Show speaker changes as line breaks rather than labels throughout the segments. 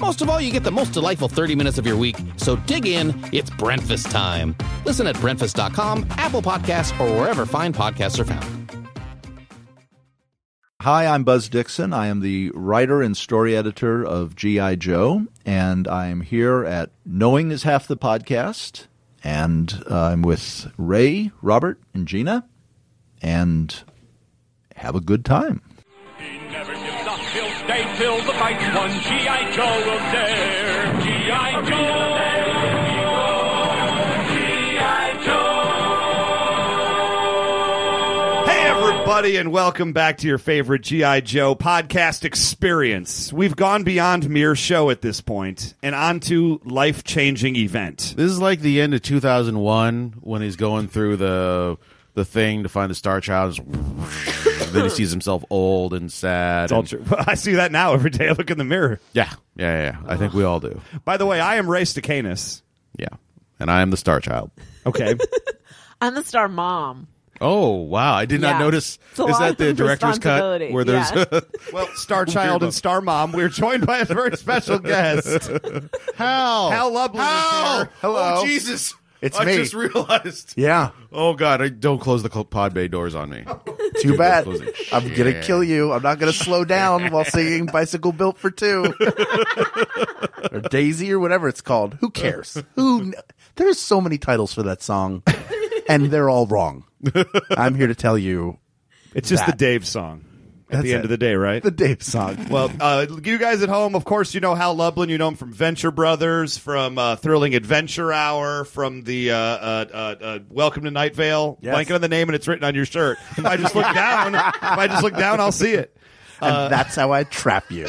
Most of all, you get the most delightful 30 minutes of your week. So dig in, it's breakfast time. Listen at breakfast.com, Apple Podcasts, or wherever fine podcasts are found.
Hi, I'm Buzz Dixon. I am the writer and story editor of G.I. Joe, and I am here at Knowing is Half the Podcast. And uh, I'm with Ray, Robert, and Gina. And have a good time.
He never gives up. He'll stay till the fight's won. G.I. Joe will dare. G.I. Joe. G.I.
Hey, everybody, and welcome back to your favorite G.I. Joe podcast experience. We've gone beyond mere show at this point and onto life changing event.
This is like the end of 2001 when he's going through the the thing to find the Star Child. then he sees himself old and sad.
It's all
and-
true. I see that now every day I look in the mirror.
Yeah, yeah, yeah. yeah. I think we all do.
By the way, I am Ray Stacanus.
Yeah, and I am the Star Child.
Okay.
I'm the star mom.
Oh wow, I did
Yeah.
not notice.
It's a
Is
lot
that the
of
director's cut
responsibility.
where there's?
Yeah.
well, Star Child and Star Mom, we're joined by a very special guest.
Hal,
Hal Lublin is
Hal,
here.
Hello.
Oh, Jesus,
It's
I
me.
just realized.
Yeah,
Oh God, I, don't close the cl- pod bay doors on me.
too
bad. close it.
I'm going to kill you. I'm not going to slow down while singing Bicycle Built for Two or Daisy or whatever it's called. Who cares? Who? There's so many titles for that song, and they're all wrong. I'm here to tell you
It's just
That.
the Dave song at
That's
the end
it.
of the day, right?
the Dave song.
Well, uh, you guys at home, of course, you know Hal Lublin. You know him from Venture Brothers, from uh, Thrilling Adventure Hour, from the uh, uh, uh, uh, Welcome to Night Vale.
Yes.
Blanking on the name, and it's written on your shirt. If I just look down, if I just look down, I'll see it.
And
uh,
that's how I trap you.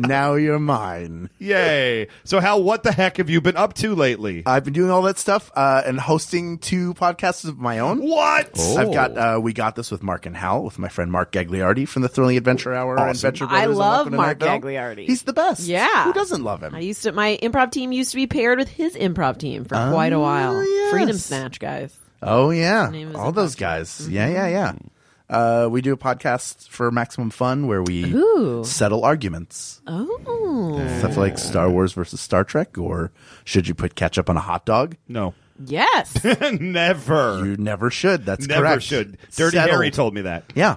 now you're mine.
Yay! So, Hal, what the heck have you been up to lately?
I've been doing all that stuff uh, and hosting two podcasts of my own.
what?
I've got
Oh.
uh, we got this with Mark and Hal with my friend Mark Gagliardi from the Thrilling Adventure Hour and Adventure
I
Brothers. and
love
Welcome to
Mark
Night Vale.
Gagliardi.
He's the best.
Yeah.
who doesn't love him?
I used to my improv team used to be paired with his improv team for
Ah,
quite a while.
yes.
Freedom Snatch guys.
Oh yeah,
Name is Mm-hmm.
all those guys. Yeah, yeah, yeah. Uh, we do a podcast for maximum fun where we
Ooh.
settle arguments,
Oh.
stuff like Star Wars versus Star Trek, or should you put ketchup on a hot dog?
No,
Yes.
never,
You never should. That's
never
correct.
should. Dirty
Settled.
Harry told me that.
Yeah,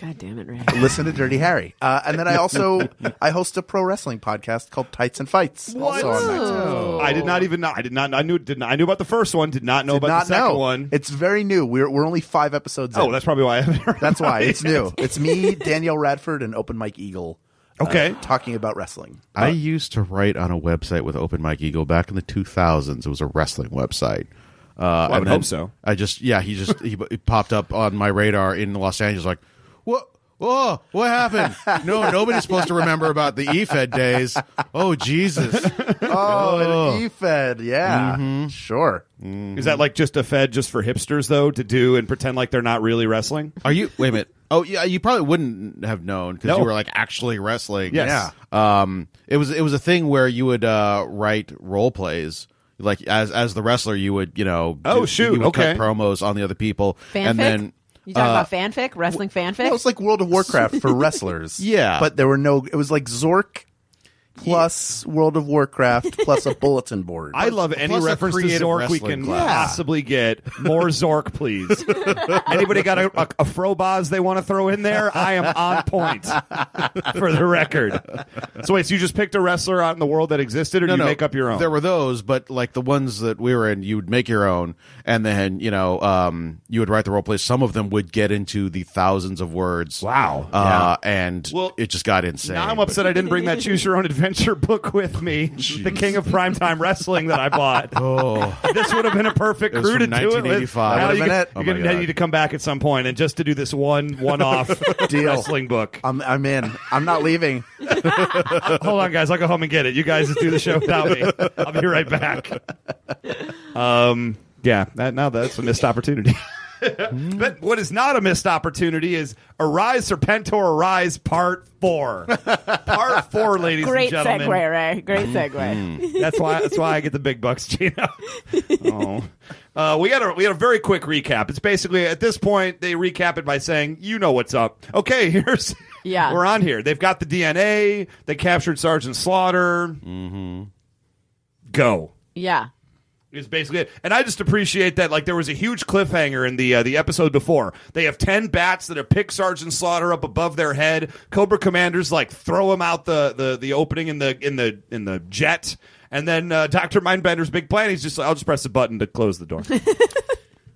God damn it, Ray.
listen to Dirty Harry. Uh, and then I also I host a pro wrestling podcast called Tights and Fights. Also on Max.
Ooh.
I did not even know. I did not. I knew. Did not, I knew about the first one. Did not know
Did
Oh, about
not
the second
know.
one.
It's very new. We're we're only five episodes.
oh,
in.
that's probably why I haven't. heard
that's why
about it
it's
yet.
new. It's me, Danielle Radford, and Open Mike Eagle. uh,
Okay.
talking about wrestling.
I used to write on a website with Open Mic Eagle back in the 2000s. It was a wrestling website. Uh,
I would
and then
hope so.
I just, yeah, he just he, he popped up on my radar in Los Angeles, like, what? Whoa, what happened? No, nobody's supposed to remember about the E EFED days. Oh, Jesus.
Oh, and E-Fed. Yeah,
Mm-hmm.
sure.
Is that like just a fed just for hipsters though to do and pretend like they're not really wrestling?
Are you, wait a minute. Oh, yeah, you probably wouldn't have known because
No.
you were like actually wrestling.
Yes.
Yeah. um it was it was a thing where you would uh write role plays like as as the wrestler you would you know
Oh,
do-
shoot,
you would cut
okay.
promos on the other people
Fanfic?
and then
you talking
uh,
about fanfic? Wrestling fanfic?
Well, it was like World of Warcraft for wrestlers.
Yeah.
but there were no. It was like Zork plus World of Warcraft plus a bulletin board.
I love any
plus a
reference to
creative
Zork we
wrestling
can
class.
possibly get. More Zork, please. Anybody got a, a, a froboz they want to throw in there? I am on point for the record. So wait, so you just picked a wrestler out in the world that existed, or do you make up your own?
There were those, but like the ones that we were in, you would make your own, and then you know, um, you would write the role plays. Some of them would get into the thousands of words.
Wow.
Uh, And
Well,
it just got insane.
Now I'm
But-
upset I didn't bring that Choose Your Own Adventure book with me, the King of Primetime Wrestling that I bought.
Oh,
This would have been a perfect
It was
crew to
from
do it with.
1985.
Now
That
you
would've been
can-
it.
You're
Oh my
going to
God.
need to come back at some point and just to do this one one-off
Deal.
wrestling book. Uh,
I'm, I'm in. I'm not leaving.
Hold on, guys. I'll go home and get it. You guys just do the show without me. I'll be right back. Um, yeah. That now that's a missed opportunity.
Hmm.
but what is not a missed opportunity is Arise Serpentor Arise Part Four. Part Four, ladies
Great
and gentlemen.
segue, Ray. Great
Mm-hmm.
segue.
That's why. That's why I get the big bucks, Gino. oh. Uh, we had a we had a very quick recap. It's basically at this point they recap it by saying, "You know what's up." Okay, here's
Yeah.
we're on here. They've got the DNA. They captured Sergeant Slaughter. Mm-hmm. Go
yeah.
is basically it. And I just appreciate that. Like there was a huge cliffhanger in the uh, the episode before. They have ten bats that have picked Sergeant Slaughter up above their head. Cobra Commanders like throw him out the the, the opening in the in the in the jet. And then uh, Doctor Mindbender's big plan. He's just like, I'll just press the button to close the door.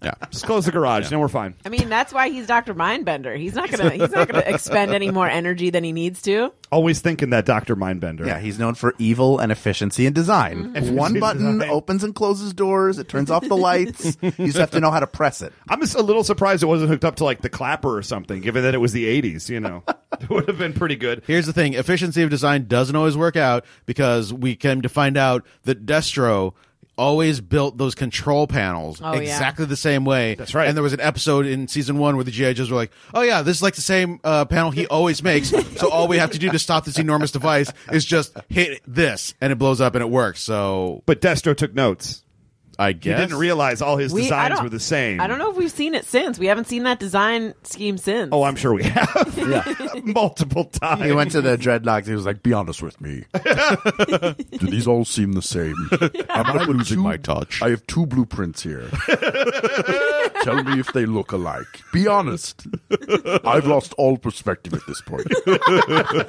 yeah.
Just close the garage, and we're fine.
I mean, that's why he's Doctor Mindbender. He's not gonna. He's not gonna expend any more energy than he needs to.
Always thinking that Doctor Mindbender.
Yeah, he's known for evil and efficiency and design. One
and
button
Mm-hmm. design.
opens and closes doors. It turns off the lights. you just have to know how to press it.
I'm just a little surprised it wasn't hooked up to like the clapper or something, given that it was the '80s. You know, it would have been pretty good.
Here's the thing: efficiency of design doesn't always work out because we came to find out that Destro always built those control panels
Oh, yeah.
exactly the same way.
That's right.
And there was an episode in season one where the GI Joes were like, "Oh yeah, this is like the same uh, panel he always makes. so all we have to do to stop this enormous device is just hit this, and it blows up and it works." So
But Destro took notes.
I
He
guess
didn't realize all his
We, I
designs
don't-
were the same.
I don't know if we've seen it since. We haven't seen that design scheme since.
Oh, I'm sure we have
Yeah.
multiple times.
He went to the dreadlocks. He was like, "Be honest with me. Do these all seem the same? Am I losing
my touch.
I have two blueprints here. Tell me if they look alike. Be honest. I've lost all perspective at this point.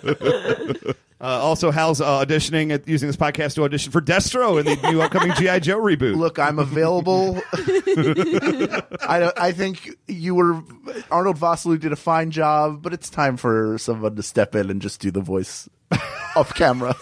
uh, also, Hal's uh, auditioning at, using this podcast to audition for Destro in the new upcoming GI Joe reboot.
Look, I'm available. I don't, I think you were Arnold Vosloo did a fine job, but it's time for someone to step in and just do the voice off camera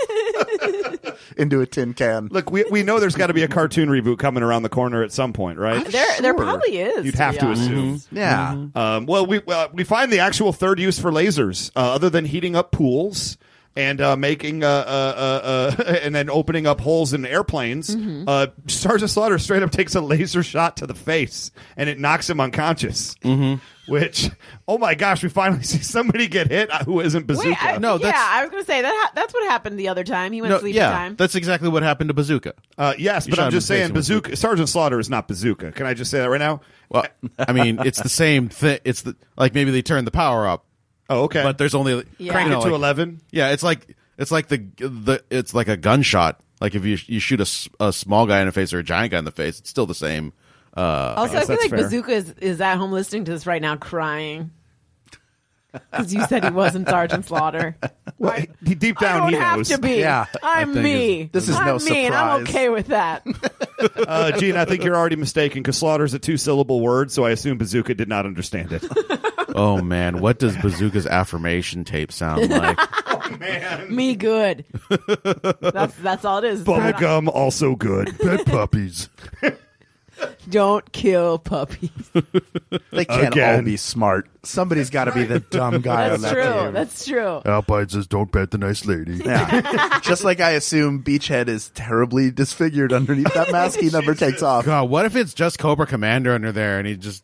into a tin can.
Look, we, we know there's got to be a cartoon reboot coming around the corner at some point, right? Mm-hmm.
there, there probably is.
You'd have
be
to
honest.
assume.
Yeah.
Um, well, we uh, we find the actual third use for lasers, uh, other than heating up pools and uh, making uh, uh, uh, uh, and then opening up holes in airplanes.
Mm-hmm.
Uh, Sergeant Slaughter straight up takes a laser shot to the face, and it knocks him unconscious.
Mm-hmm.
Which, oh my gosh, we finally see somebody get hit uh, who isn't Bazooka.
Wait, I,
No,
yeah,
that's-
I was gonna say that. ha- That's what happened the other time. He went
No,
sleepy
yeah,
time.
that's exactly what happened to Bazooka.
uh, yes, but
shot
I'm
him
just
in the face
saying,
with
Bazooka Sergeant Slaughter is not Bazooka. Can I just say that right now?
Well, Uh, I mean, it's the same thing. It's the, like maybe they turned the power up,
Oh, okay.
but there's only
Yeah.
crank
you know,
it to
like-
eleven.
Yeah, it's like it's like the the it's like a gunshot. Like if you you shoot a, s- a small guy in the face or a giant guy in the face, it's still the same.
also, I, feel
that's
like
fair.
Bazooka is, is at home listening to this right now, crying because you said he wasn't Sergeant Slaughter.
Well, he, he- deep
I
down,
don't
he
have
knows.
to be.
Yeah,
I'm
that thing
me.
is-
this is
I'm
no
me, and I'm
surprise.
okay with that.
Uh, Gene, I think you're already mistaken because slaughter's a two syllable word, so I assume Bazooka did not understand it.
Oh man, what does Bazooka's affirmation tape sound like?
me good. That's that's all it is.
Bubblegum, also good.
Dead puppies.
Don't kill puppies.
They can't all
Again.
be smart. Somebody's got to be the dumb guy
That's
on that
true.
team.
That's true.
Alpine says, "Don't pet the nice lady."
Yeah. Just like I assume Beachhead is terribly disfigured underneath that mask he never takes off.
God, what if it's just Cobra Commander under there and he just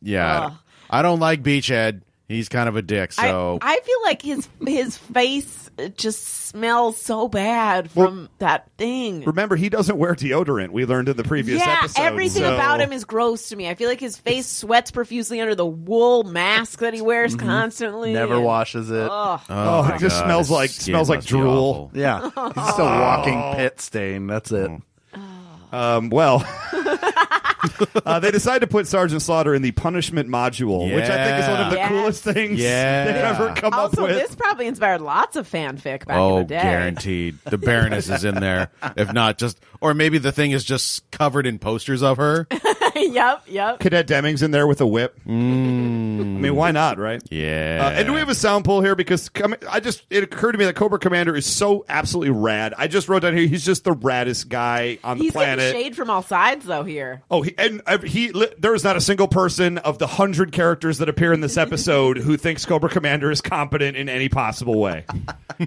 yeah.
Ugh.
I don't like Beachhead. He's kind of a dick. So
I, I feel like his his face just smells so bad from that thing.
Remember, he doesn't wear deodorant. We learned in the previous
yeah,
episode.
everything
so-
about him is gross to me. I feel like his face sweats profusely under the wool mask that he wears
Mm-hmm.
constantly.
Never
and-
washes it.
Ugh.
Oh,
my
it just
God,
smells
his
like-
skin
smells like
must be
drool.
awful.
Yeah, he's just a walking pit stain. That's it.
Um, well, uh, they decided to put Sergeant Slaughter in the punishment module, which I think is one of the
Yeah.
coolest things
Yeah.
they've ever come
Also,
up with.
this probably inspired lots of fanfic back
oh,
in the day.
guaranteed. The Baroness is in there, if not just, or maybe the thing is just covered in posters of her.
yep, yep.
Cadet Deming's in there with a whip.
Mm.
I mean, why not, right?
Yeah.
Uh, and do we have a sound pool here? Because I, mean, I just it occurred to me that Cobra Commander is so absolutely rad. I just wrote down here he's just the raddest guy on the
He's
planet.
getting shade from all sides though here.
Oh, he, and uh, he li- there is not a single person of the hundred characters that appear in this episode who thinks Cobra Commander is competent in any possible way.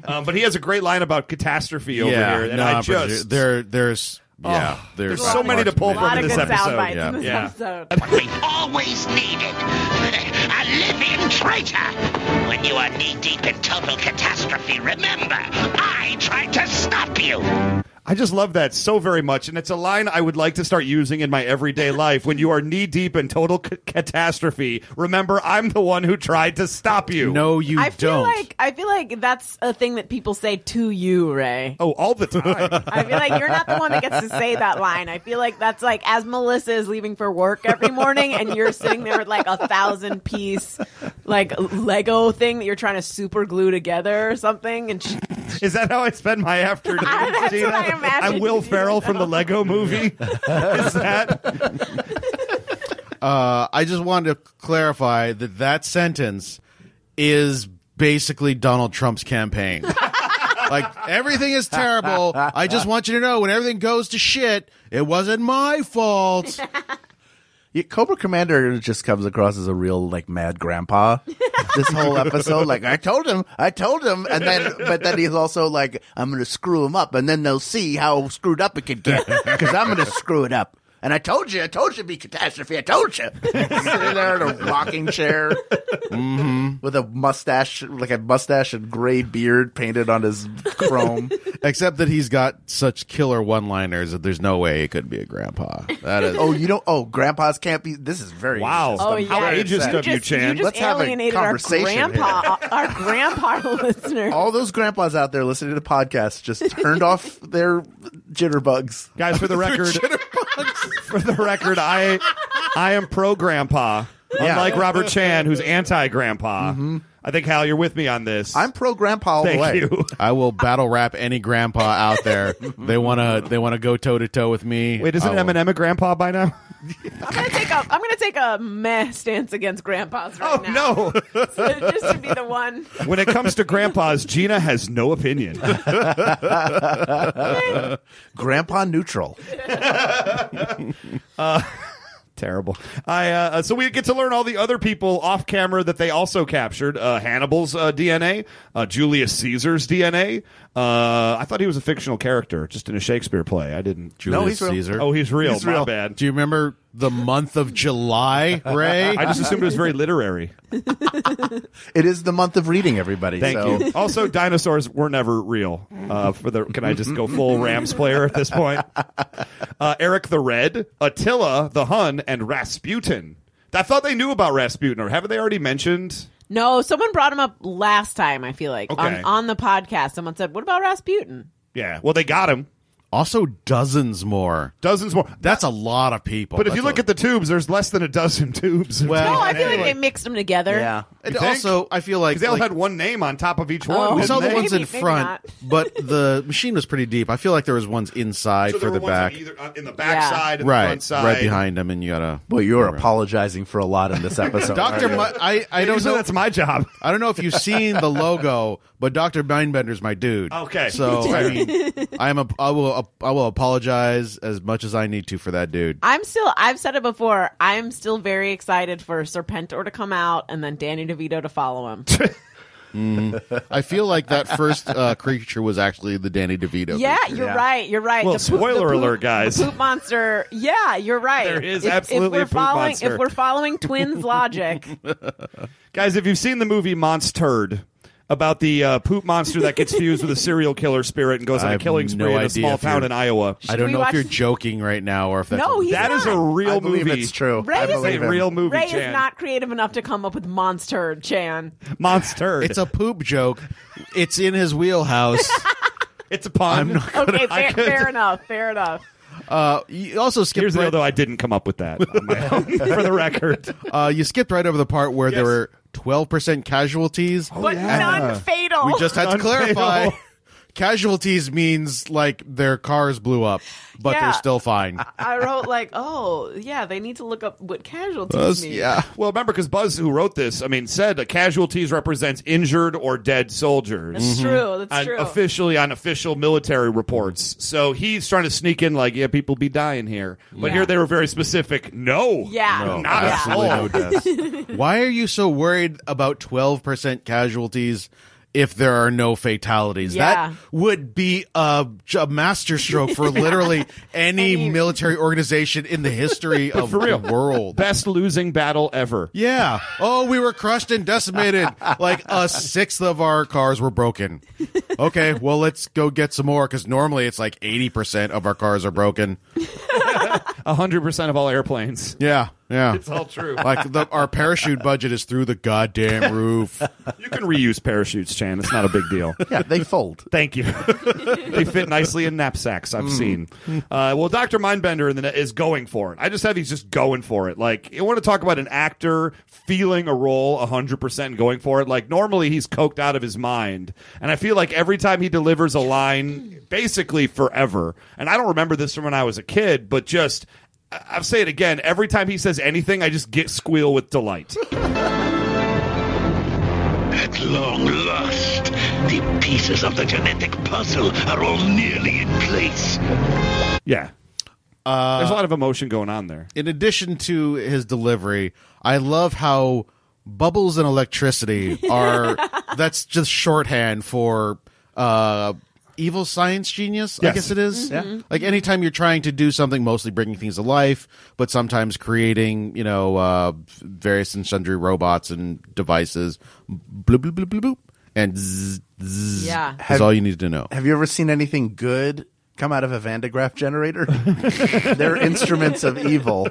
um, but he has a great line about catastrophe over
yeah,
here, and
nah,
I
but
just
there, there's,
Oh.
yeah, there's,
there's so many to pull
A
from
lot
in
of
this
good
episode.
sound bites
yeah.
in this
Yeah.
episode.
we always needed. A living traitor. When you are knee deep in total catastrophe, remember, I tried to stop you.
I just love that so very much, and it's a line I would like to start using in my everyday life. When you are knee deep in total c- catastrophe, remember I'm the one who tried to stop you.
No, you
I feel
don't.
like I feel like that's a thing that people say to you, Ray.
Oh, all the time.
I feel like you're not the one that gets to say that line. I feel like that's like as Melissa is leaving for work every morning and you're sitting there with like a thousand piece like Lego thing that you're trying to super glue together or something and she,
Is that how I spend my afternoon?
That's what
Gina?
I imagined
I'm Will
you
Ferrell from the Lego Movie. Is that
Uh, I just wanted to clarify that that sentence is basically Donald Trump's campaign. like everything is terrible. I just want you to know when everything goes to shit, it wasn't my fault.
Yeah, Cobra Commander just comes across as a real like mad grandpa. this whole episode, like I told him, I told him, and then but then he's also like, I'm going to screw him up, and then they'll see how screwed up it could get because I'm going to screw it up. And I told you, I told you it'd be catastrophe. I told you. Sitting there in a rocking chair with a mustache, like a mustache and gray beard painted on his chrome.
Except that he's got such killer one-liners that there's no way it could be a grandpa. That is
oh, you don't. Oh, grandpas can't be. This is very
wow?
oh yeah,
How ageist
you
of you,
just,
Chan.
You just
Let's have a
alienated our
conversation here.
grandpa, our grandpa listeners.
Oh.
all those grandpas out there listening to podcasts just turned off their jitterbugs.
Guys, for the record, for the record, I I am pro grandpa,
Yeah. Mm-hmm.
unlike Robert Chan, who's anti grandpa. I think Hal, you're with me on this.
I'm pro grandpa all the
Thank
way.
you.
I will battle rap any grandpa out there. They wanna they wanna go toe to toe with me.
Wait, isn't
I will-
Eminem a grandpa by now?
I'm gonna take a I'm gonna take a meh stance against grandpas right
oh no!
now. just to be the one.
When it comes to grandpas, Gina has no opinion.
Grandpa neutral.
Terrible. I uh, so we get to learn all the other people off camera that they also captured. Uh, Hannibal's uh, DNA, uh, Julius Caesar's DNA. Uh, I thought he was a fictional character, just in a Shakespeare play. I didn't.
Julius
No, he's real.
Caesar.
Oh, he's real.
He's
my
real.
bad.
Do you remember the month of July, Ray?
I just assumed it was very literary.
It is the month of reading, everybody.
Thank
so
you. Also, dinosaurs were never real. Uh, for the can I just go full Rams player at this point? Uh, Eric the Red, Attila the Hun, and Rasputin. I thought they knew about Rasputin, or haven't they already mentioned?
No, someone brought him up last time. I feel like
Okay.
on on the podcast, someone said, "What about Rasputin?"
Yeah. Well, they got him.
also dozens more.
Dozens more.
That's a lot of people.
But if you
That's
look
a-
at the tubes, there's less than a dozen tubes.
Well-
No, I feel like they mixed them together.
Yeah.
and
You think?
also I feel like
because they all
like,
had one name on top of each one.
Oh.
we
didn't
saw the
they?
Maybe,
ones in
maybe
front,
not.
but the machine was pretty deep. I feel like there was ones inside
So there
for
were
the
ones
back,
on either, uh, in the back
Yeah.
side, and the
right,
front side,
right behind them, and you gotta.
Well, you're apologizing for a lot in this episode. uh,
Doctor,
aren't you?
I I
Maybe
don't
so
know.
that's my job.
I don't know if you've seen the logo, but Doctor Mindbender's my dude.
Okay.
so I mean, I am a, I will I will apologize as much as I need to for that dude.
I'm still. I've said it before. I'm still very excited for Serpentor to come out and then Danny DeVito to follow him.
I feel like that first uh, creature was actually the Danny DeVito.
Yeah,
creature.
you're right. You're right.
Well,
The poop- the
spoiler
poop-
alert, guys.
The poop monster. Yeah, you're right.
There is
If- if
absolutely
we're
a poop
following,
monster.
If we're following twins logic,
Guys, if you've seen the movie Monsterd about the uh, poop monster that gets fused with a serial killer spirit and goes
I
on a
have
killing
no
spree in a
idea
small
if
town
you're-
in Iowa,
I don't
we
know
watch-
if you're joking right now or if that's
No,
a-
he's-
that is a
not.
real
I believe
movie.
it's true.
Ray
I
is
It's
believe
a
him.
real movie.
Ray
Chan.
is not creative enough to come up with monster Chan.
Monsterd.
It's a poop joke. It's in his wheelhouse.
it's a pun.
Okay,
I
fair,
could-
fair enough. Fair enough.
Uh, you also skipped
Here's the
right,
deal, though. I didn't come up with that on my own, for the record.
uh, you skipped right over the part where there
Yes.
were twelve percent casualties.
But none fatal.
We just had to
Unfail.
clarify. Casualties means like their cars blew up, but
Yeah.
they're still fine.
I wrote like, oh yeah, they need to look up what casualties mean.
yeah.
Well, remember, because Buzz, who wrote this, I mean, said that casualties represents injured or dead soldiers.
That's
Mm-hmm.
true. That's
on-
true.
officially on official military reports. So he's trying to sneak in, like, yeah, people be dying here. But here they were very specific. No,
Yeah. No,
not at all.
absolutely no Why are you so worried about 12% casualties if there are no fatalities?
Yeah.
That would be a, a masterstroke for literally any,
Any-
military organization in the history of
for real.
the world.
Best losing battle ever.
yeah. Oh, we were crushed and decimated. Like a sixth of our cars were broken. Okay, well, let's go get some more because normally it's like 80% of our cars are broken.
hundred percent of all airplanes.
Yeah, yeah.
It's all true.
Like the, our parachute budget is through the goddamn roof.
you can reuse parachutes, Chan. It's not a big deal.
Yeah, they fold.
Thank you. they fit nicely in knapsacks. I've seen. Uh, well, Doctor Mindbender in the net is going for it. I just have he's just going for it. Like you want to talk about an actor feeling a role hundred percent and going for it. Like normally he's coked out of his mind, and I feel like every time he delivers a line, basically forever. And I don't remember this from when I was a kid, but just. I- I'll say it again. Every time he says anything, I just get squeal with delight.
At long last, the pieces of the genetic puzzle are all nearly in place.
Yeah. There's a lot of emotion going on there.
in addition to his delivery, I love how bubbles and electricity are that's just shorthand for uh evil science genius i
Yes.
guess it is.
Mm-hmm.
like anytime you're trying to do something mostly bringing things to life but sometimes creating you know uh various and sundry robots and devices bloop bloop bloop bloop, bloop and zzz, zzz
Yeah.
is
Have-
all you need to know
Have you ever seen anything good come out of a Van de Graaff generator? They're instruments of evil.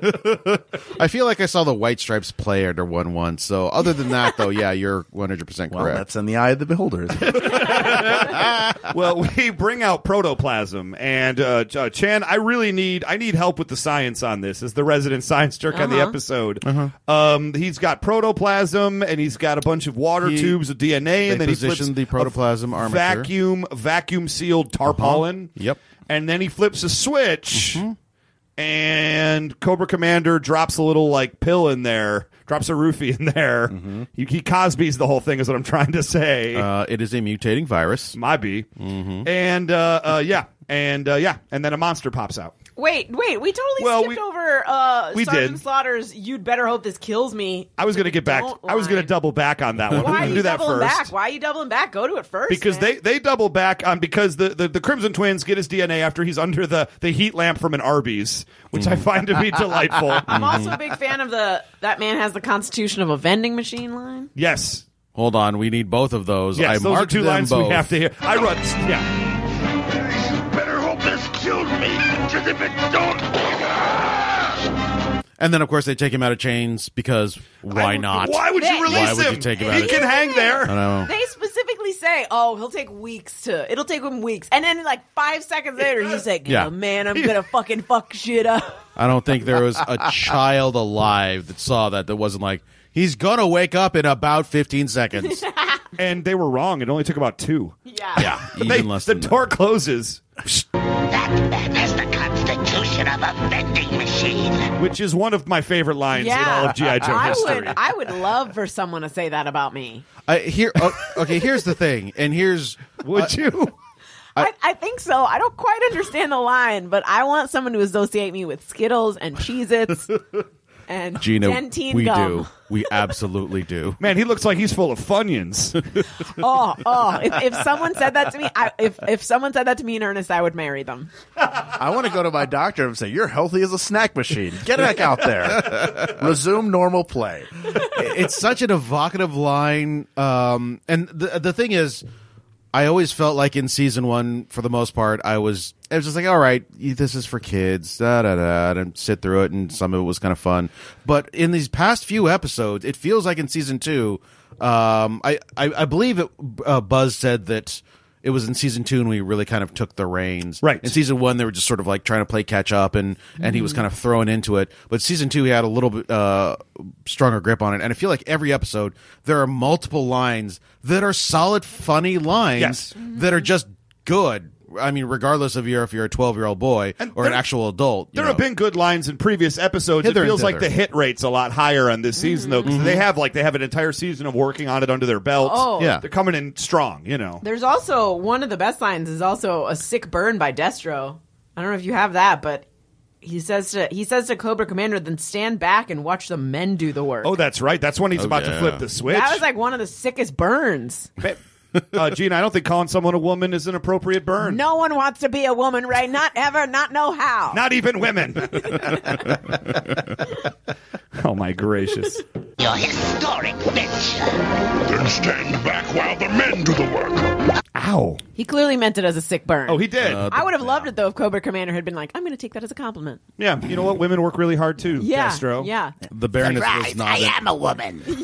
i feel like i saw the white stripes play under one once so other than that though yeah you're 100% correct
Well, that's in the eye of the beholder. isn't it?
well, we bring out protoplasm, and uh, Ch- uh, Chan, I really need I need help with the science on this. As the resident science jerk on the episode,
Uh-huh.
um, he's got protoplasm, and he's got a bunch of water
He-
tubes with DNA,
they
and then he flips
positioned the protoplasm
a
armature. Uh-huh.
vacuum vacuum sealed tarpaulin.
Yep. Mm-hmm.
and then he flips a switch. And Cobra Commander drops a little like pill in there, drops a roofie in there.
Mm-hmm.
He, he Cosby's the whole thing, is what I'm trying to say.
Uh, it is a mutating virus.
My bee.
Mm-hmm.
And uh, uh, yeah, and uh, yeah, and then a monster pops out.
Wait, wait. We totally
Well,
skipped
we-
over uh,
we
Sergeant
did.
Slaughter's. You'd better hope this kills me.
I was gonna get back.
Don't
I was gonna
lie.
double back on that one.
Why
We're
are
gonna
you
do that
doubling
first.
back? Why are you doubling back? Go to it first.
because
man.
they, they double back on because the, the, the Crimson Twins get his DNA after he's under the, the heat lamp from an Arby's, which
Mm.
I find to be delightful.
I'm also a big fan of the that man has the constitution of a vending machine line.
yes,
Hold on, we need both of those.
yes,
I
those are
marked
two
them
lines
both.
we have to hear. I run. Yeah,
Better hope this kills me, because if it don't...
And then, of course, they take him out of chains because why
I-
not?
Why would you
Why
release
would you
him?
take him out
he
of
can
jail?
hang there.
I don't know.
They specifically say, "Oh, he'll take weeks to. It'll take him weeks." And then, like five seconds later, he's like,
Yeah.
"Yeah, man, I'm gonna fucking fuck shit up."
I don't think there was a child alive that saw that that wasn't like he's gonna wake up in about 15 seconds.
And they were wrong. It only took about two.
Yeah,
yeah, even
They-
less
the
than
door closes,
That man has the constitution of a vending machine.
which is one of my favorite lines in
Yeah.
all of GI Joe
I
history.
would, I would love for someone to say that about me.
That. I, here, oh, okay, here's the thing, and here's
Would you?
I, I think so. I don't quite understand the line, but I want someone to associate me with Skittles and Cheez-Its and
Gina,
dentine
we
gum.
do. We absolutely do.
Man, he looks like he's full of Funyuns.
Oh, oh! If, if someone said that to me, I, if if someone said that to me in earnest, I would marry them.
I want to go to my doctor and say, You're healthy as a snack machine. Get back out there. Resume normal play.
it's such an evocative line. Um, and the the thing is, I always felt like in season one, for the most part, I was I was just like, all right, y- this is for kids, da da da, and sit through it, and some of it was kind of fun. But in these past few episodes, it feels like in season two, um, I, I I believe it, uh, Buzz said that. It was in season two, and we really kind of took the reins.
Right.
In season one, they were just sort of like trying to play catch up, and and he was kind of thrown into it. But season two, he had a little bit uh, stronger grip on it, and I feel like every episode there are multiple lines that are solid, funny lines
Yes.
Mm-hmm.
that are just good. I mean, regardless of your if you're a 12 year old boy
And
or an
there-
actual adult, you
There
know.
have been good lines in previous episodes.
Hither
it
and
feels like
thither. Mm-hmm.
the hit rate's a lot higher on this season though, because they have like they have an entire season of working on it under their belts.
Oh.
Yeah.
they're coming in strong. You know,
There's also one of the best lines is also a sick burn by Destro. I don't know if you have that, but he says to he says to Cobra Commander, "Then stand back and watch the men do the work."
oh, that's right. That's when he's about to
yeah.
flip the switch.
that was like one of the sickest burns.
uh, Gina, I don't think calling someone a woman is an appropriate burn.
No one wants to be a woman, Ray. Not ever. Not know how.
Not even women. oh my gracious.
Your historic bitch.
Then stand back while the men do the work.
Ow.
he clearly meant it as a sick burn.
Oh, he did.
Uh,
I would have loved it though if Cobra Commander had been like, "I'm going to take that as a compliment."
yeah, you know what? Women work really hard too,
Yeah,
Destro.
yeah.
the Baroness was not. in-
a woman. you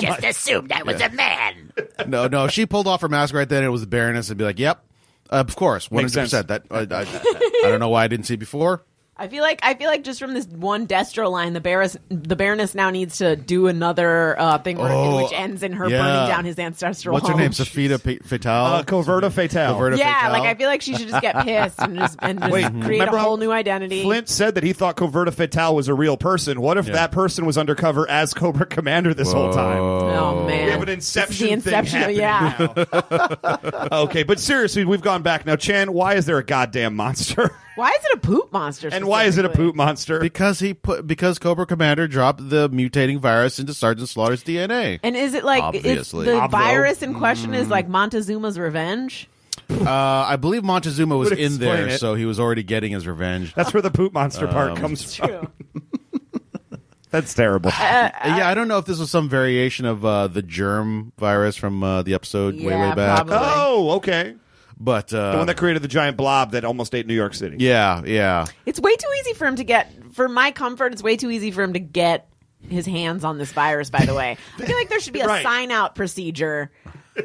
just assumed I was a man.
no, no, she pulled off her mask right then. It was the Baroness, and be like, "Yep, of course, one
Makes
hundred
sense.
percent." That I, I, I don't know why I didn't see it before.
I feel like I feel like just from this one Destro line, the Baroness, the Baroness now needs to do another uh, thing where-
Oh,
which ends in her
yeah.
burning down his ancestral
What's her
home.
name? Safita P- Fatale.
Uh, Coverta Fatale.
Coverta
Yeah,
Fatale?
like I feel like she should just get pissed and just, and just
Wait,
create
remember
a whole
how
new identity.
Flint said that he thought Coverta Fatale was a real person. What if that person was undercover as Cobra Commander this whole time?
oh man,
We have an
This is
inception,
the inception.
thing
yeah,
happening now. okay, but seriously, we've gone back now. Chan, why is there a goddamn monster?
why is it a poop monster?
and why is it a
specifically?
poop monster?
because he put because Cobra Commander dropped the mutating virus into Sergeant Slaughter's DNA.
And is it like is
Obviously.
the
Obvo.
virus in question
Mm.
is like Montezuma's revenge?
Uh, I believe Montezuma was
Would
in there,
explain it.
so he was already getting his revenge.
That's where the poop monster
Um,
part comes from.
True.
That's terrible.
Uh,
Uh, yeah, I don't know if this was some variation of uh, the germ virus from uh, the episode way
Yeah,
way back,
probably.
oh, okay.
but uh,
The one that created the giant blob that almost ate New York City.
yeah, yeah.
It's way too easy for him to get. For my comfort, it's way too easy for him to get his hands on this virus. By the way, I feel like there should be a
Right.
sign out procedure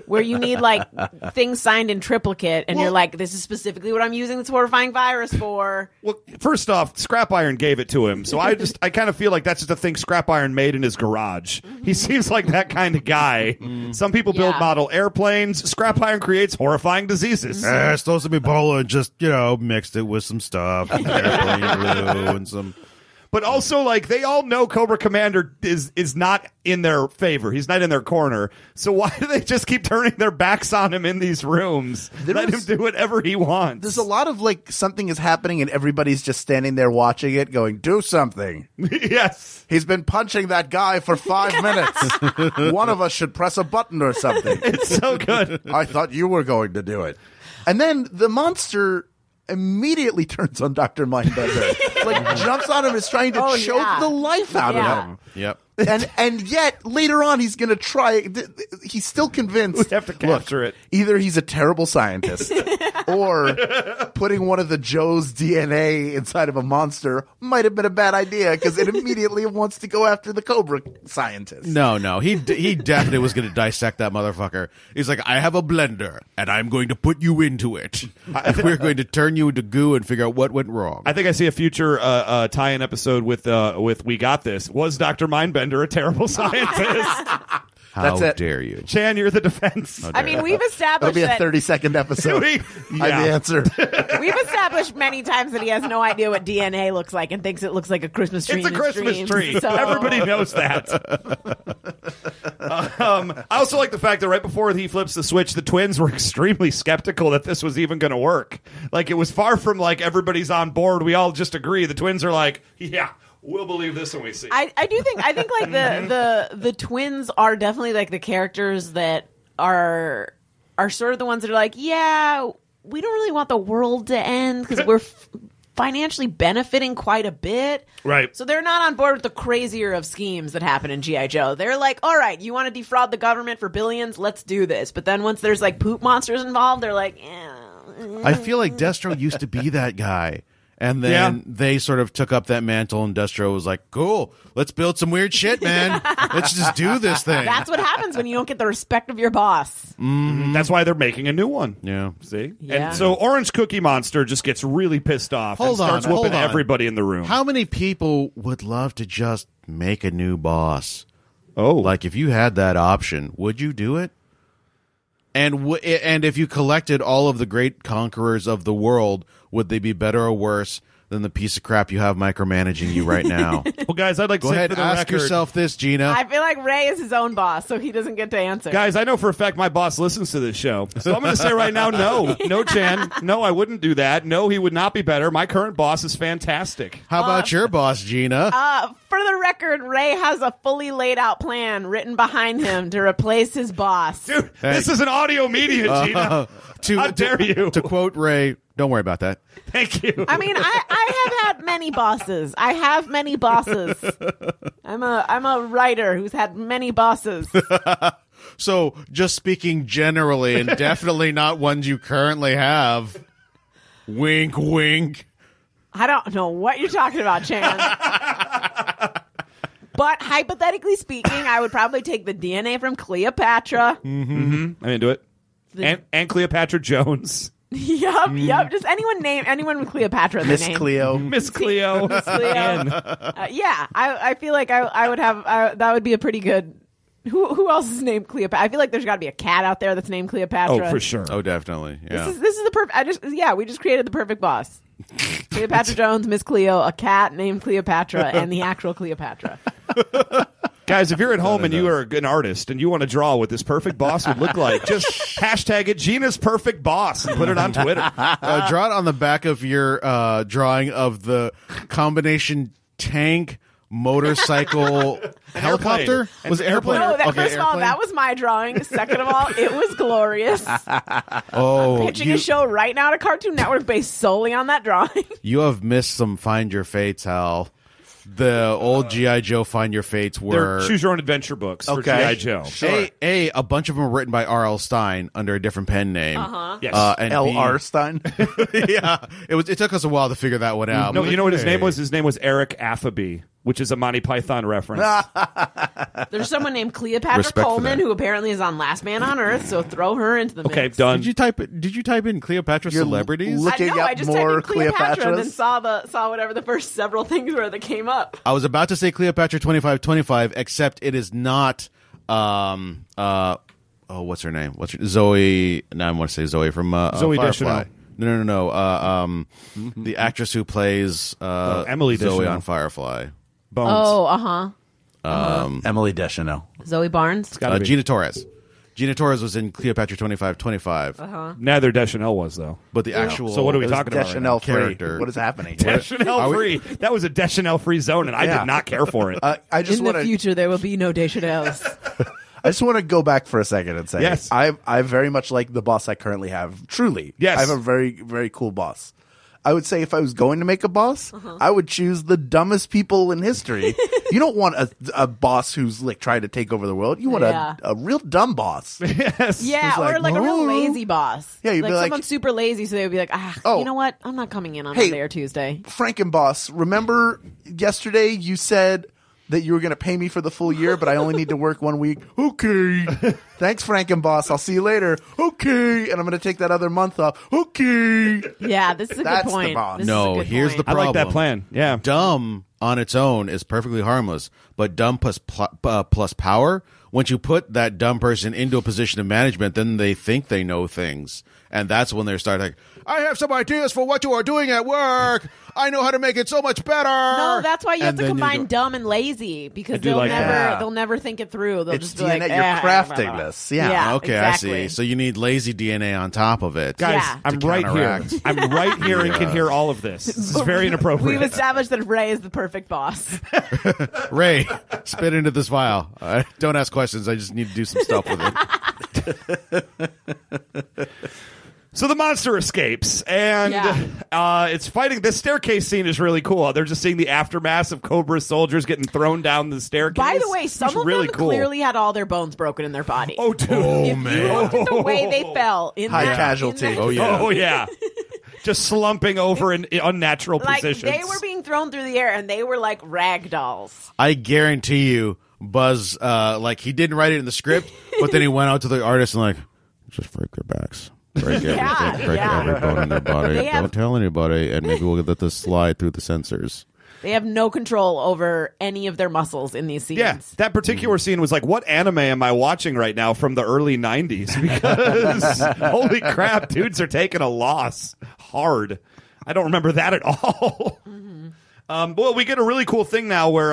where you need like things signed in triplicate, and you're like, "This is specifically what I'm using this horrifying virus for."
Well, first off, Scrap Iron gave it to him, so I just I kind of feel like that's just a thing Scrap Iron made in his garage.
Mm-hmm.
He seems like that kind of guy. Some people build
Yeah.
model airplanes. Scrap Iron creates horrifying diseases.
Mm-hmm.
Eh, it's supposed to be Ebola, and just you know, mixed it with some stuff, and airplane glue, and some.
But also, like they all know Cobra Commander is is not in their favor. He's not in their corner. So why do they just keep turning their backs on him in these rooms?
There
Let
was-
him do whatever he wants.
There's a lot of like something is happening and everybody's just standing there watching it going, Do something.
yes.
He's been punching that guy for five minutes. One of us should press a button or something.
It's so good.
I thought you were going to do it. And then the monster immediately turns on Dr. Mindbender. like jumps on him, is trying to
Oh,
choke
yeah.
the life out
Yeah.
of him.
Yep.
And and yet later on he's going to try th- th- he's still convinced
We have to capture it.
Either he's a terrible scientist or putting one of the Joe's DNA inside of a monster might have been a bad idea because it immediately wants to go after the Cobra scientist.
No, no, he d- he definitely was going to dissect that motherfucker. He's like, I have a blender, and I'm going to put you into it. And We're going to turn you into goo and figure out what went wrong.
I think I see a future uh, uh, tie-in episode with uh, with We Got This. Was Doctor Mindbender a terrible scientist?
How
that's it.
dare you?
Chan, you're the defense.
I mean, we've
That'll
established
be a
that
30 second episode.
We-
I'm the
yeah.
answer.
we've established many times that he has no idea what DNA looks like and thinks it looks like a Christmas tree.
It's a
in his
Christmas
dreams.
tree.
So-
Everybody knows that. um, I also like the fact that right before he flips the switch, the twins were extremely skeptical that this was even going to work. Like it was far from like everybody's on board. We all just agree. The twins are like, yeah. We'll believe this when we see. it.
I, I do think I think like the the the twins are definitely like the characters that are are sort of the ones that are like, yeah, we don't really want the world to end because we're f- financially benefiting quite a bit.
Right.
So they're not on board with the crazier of schemes that happen in GI Joe. They're like, all right, you want to defraud the government for billions? Let's do this. But then once there's like poop monsters involved, they're like, eh.
I feel like Destro used to be that guy. And then
Yeah.
they sort of took up that mantle, and Destro was like, cool, let's build some weird shit, man. let's just do this thing.
That's what happens when you don't get the respect of your boss.
That's why they're making a new one.
yeah.
See,
Yeah.
and so Orange Cookie Monster just gets really pissed off and
Hold on,
starts
hold
whooping
on.
everybody in the room.
How many people would love to just make a new boss?
oh,
Like, if you had that option, would you do it? And w- and if you collected all of the great conquerors of the world, would they be better or worse than the piece of crap you have micromanaging you right now?
well, guys, I'd like
Go
to say
ahead,
for the
ask
record-
yourself this, Gina.
I feel like Ray is his own boss, so he doesn't get to answer.
Guys, I know for a fact my boss listens to this show. So I'm going to say right now, no. No, Chan. No, I wouldn't do that. No, he would not be better. My current boss is fantastic.
How about your boss, Gina?
Uh, for the record, Ray has a fully laid out plan written behind him to replace his boss.
Dude, this is an audio media, Gina.
to,
How dare you.
To quote Ray, don't worry about that.
Thank you.
I mean, I, I have had many bosses. I have many bosses. I'm a I'm a writer who's had many bosses.
So, just speaking generally, and definitely not ones you currently have. Wink, wink.
I don't know what you're talking about, Chan. But hypothetically speaking, I would probably take the DNA from Cleopatra.
I'm into it. And, and Cleopatra Jones.
Yup, yup. Just anyone name anyone with Cleopatra. in their
Miss
name.
Cleo.
Miss Cleo.
Cleo. Uh, yeah, I, I feel like I, I would have I, that would be a pretty good. Who who else is named Cleopatra? I feel like there's got to be a cat out there that's named Cleopatra.
Oh, for sure.
Oh, definitely. Yeah.
This is this is the perfect. I just yeah, we just created the perfect boss. Cleopatra Jones, Miss Cleo, a cat named Cleopatra, and the actual Cleopatra.
Guys, if you're at home and you are an artist and you want to draw what this perfect boss would look like, just hashtag it Gina's perfect boss and put it on Twitter.
uh, draw it on the back of your uh, drawing of the combination tank motorcycle helicopter
An
was it airplane
No, that,
okay,
first of all,
airplane?
that was my drawing. Second of all, it was glorious.
oh
Pitching a
you,
show right now to Cartoon Network based solely on that drawing.
you have missed some find your fates hal the
Uh,
old gi joe find your fates
They're
were
choose your own adventure books for G.I.
Okay.
Joe.
a, a a bunch of them were written by rl stein under a different pen name uh-huh.
Yes.
and
L.
B-
R. Stein.
yeah it was it took us a while to figure that one out
No, you know what his
Okay.
name was? His name was Eric Affaby, which is a Monty Python reference.
There's someone named Cleopatra
Respect for
Coleman
that.
who apparently is on Last Man on Earth, so throw her into the
okay,
mix.
done.
did you type it did you type in cleopatra
You're l-
celebrities
looking
I know,
up
I just
more
typed in Cleopatra and then
Cleopatras?
saw the saw whatever the first several things were that came up.
I was about to say Cleopatra twenty five twenty five, except it is not. Um. Uh. Oh, what's her name? What's her, Zoe? No, I want to say Zoe from uh,
Zoe
uh, Firefly.
Deschanel. Mm-hmm.
No, no, no, no. Uh, um, the actress who plays uh,
Oh, Emily
Zoe
Deschanel.
on Firefly,
Bones.
uh huh.
Emily Deschanel.
Zoe Barnes.
Gotta
uh,
be.
Gina Torres. Gina Torres was in Cleopatra twenty five twenty five,
Uh-huh. Oh.
Neither Deschanel was though.
but the actual.
So what are we
it was
talking about? right now?
Deschanel free.
Character.
What is happening?
Deschanel
Are we-
free. That was a Deschanel free zone, and I
Yeah.
did not care for it.
Uh, I just want to.
future, there will be no Deschanel's.
I just want to go back for a second and say,
Yes.
I I very much like the boss I currently have. Truly,
Yes.
I have a very very cool boss. I would say if I was going to make a boss, I would choose the dumbest people in history. you don't want a, a boss who's like trying to take over the world. You want
Yeah.
a, a real dumb boss.
yes.
yeah,
Just
or like
like,
a real
"Ooh."
lazy boss.
Yeah, you'd
like,
be like-
someone super lazy, so they would be like, ah,
Oh.
you know what? I'm not coming in on
Hey.
Monday or Tuesday.
Frankenboss, remember yesterday you said that you were going to pay me for the full year, but I only need to work one week. Okay. Thanks, Frankenboss. I'll see you later. Okay. And I'm going to take that other month off. Okay.
Yeah, this is a
That's
good
the
point.
boss.
This is a
No,
good
here's
point.
the
I
problem.
like that plan. Yeah.
dumb on its own is perfectly harmless, but dumb plus pl- uh, plus power. Once you put that dumb person into a position of management, then they think they know things, And that's when they start like, I have some ideas for what you are doing at work. I know how to make it so much better.
No, Oh, that's why you have
And
to
then you
combine
go-
dumb and lazy because
do
they'll
like
never
that.
they'll never think it through. They'll
It's
just be
DNA.
like,
You're
"Ah,
crafting
blah, blah."
this. Yeah.
Okay, I see.
exactly.
So you need lazy DNA on top of it.
Guys,
Yeah.
I'm
To
right
counteract.
here. I'm right here and can hear all of this. This is very inappropriate.
We've established that Ray is the perfect boss.
Ray, spit into this vial. Uh, don't ask questions. I just need to do some stuff with it.
So the monster escapes, and uh, it's fighting. This staircase scene is really cool. They're just seeing the aftermath of Cobra soldiers getting thrown down the staircase.
By the way,
It's
some of
really
them
cool.
clearly had all their bones broken in their body.
Oh, dude.
if you looked at the way they fell in
High
that,
casualty.
in that-
Oh yeah.
Oh yeah. Just slumping over in in unnatural
like
positions.
they were being thrown through the air and they were like rag dolls.
I guarantee you, Buzz, uh, like he didn't write it in the script, but then he went out to the artist and like, just break their backs. Break everything.
Yeah,
break
yeah.
every bone in their body.
They have-
Don't tell anybody, and maybe we'll let this slide through the sensors.
They have no control over any of their muscles in these scenes.
yeah, that particular scene was like, what anime am I watching right now from the early '90s? Because holy crap, dudes are taking a loss hard. I don't remember that at all. Um, well, we get a really cool thing now where,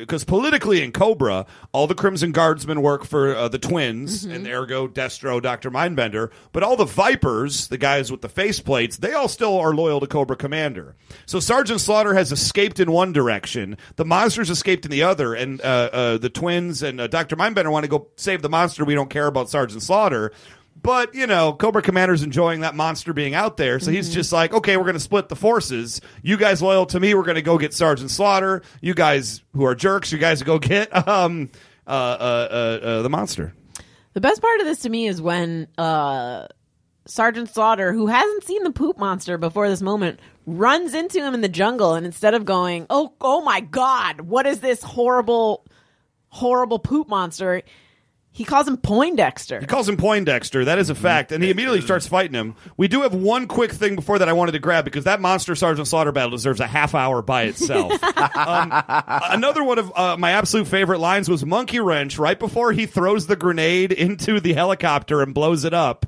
because politically in Cobra, all the Crimson Guardsmen work for uh, the twins, and ergo Destro, Dr. Mindbender, but all the Vipers, the guys with the faceplates, they all still are loyal to Cobra Commander. So Sergeant Slaughter has escaped in one direction, the monster's escaped in the other, and uh, uh, the twins and uh, Dr. Mindbender want to go save the monster. We don't care about Sergeant Slaughter. But, you know, Cobra Commander's enjoying that monster being out there. So he's just like, okay, we're going to split the forces. You guys loyal to me, we're going to go get Sergeant Slaughter. You guys who are jerks, you guys go get um, uh, uh, uh, uh, the monster.
The best part of this to me is when uh, Sergeant Slaughter, who hasn't seen the poop monster before this moment, runs into him in the jungle, and instead of going, "Oh, oh my God, what is this horrible, horrible poop monster?" He calls him Poindexter.
He calls him Poindexter. Mhm. That is a fact. And he immediately starts fighting him. We do have one quick thing before that I wanted to grab because that monster Sergeant Slaughter battle deserves a half hour by itself. um, another one of uh, my absolute favorite lines was Monkey Wrench right before he throws the grenade into the helicopter and blows it up,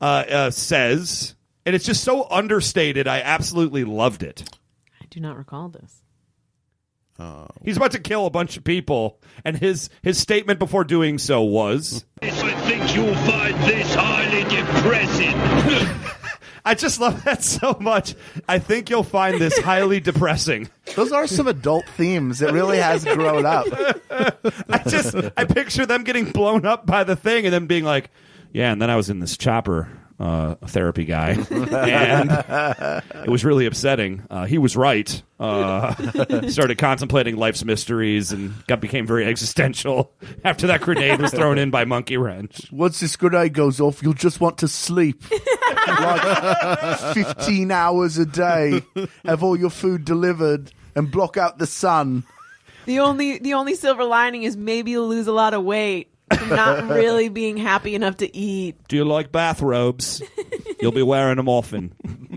uh, uh, says, and it's just so understated. I absolutely loved it.
I do not recall this.
He's about to kill a bunch of people, and his his statement before doing so was.
I think you'll find this highly depressing.
I just love that so much. I think you'll find this highly depressing.
Those are some adult themes. It really has grown up.
I just I picture them getting blown up by the thing and them being like, yeah, and then I was in this chopper uh, therapy guy, and it was really upsetting. Uh, he was right. Uh, started contemplating life's mysteries and got became very existential after that grenade was thrown in by Monkey Wrench.
Once this grenade goes off, you'll just want to sleep. like 15 hours a day, have all your food delivered, and block out the sun.
The only the only silver lining is maybe you'll lose a lot of weight from not really being happy enough to eat.
Do you like bathrobes? You'll be wearing them often.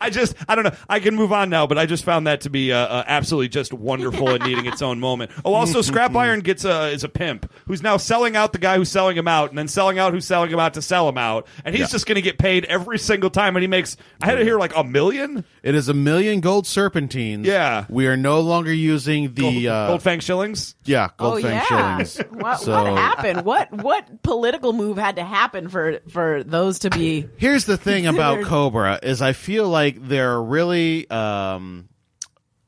I just, I don't know. I can move on now, but I just found that to be uh, uh, absolutely just wonderful and needing its own moment. Oh, also, Scrap Iron gets a is a pimp who's now selling out the guy who's selling him out, and then selling out who's selling him out to sell him out, and he's just going to get paid every single time, and he makes I had to hear like a million
It is a million gold serpentines.
Yeah.
we are no longer using the uh,
gold fang shillings.
yeah gold
oh
fang
yeah,
shillings.
What,
So-
what happened? What what political move had to happen for for those to be?
Here's the thing about
Considered-
Cobra is I feel like they're a really um,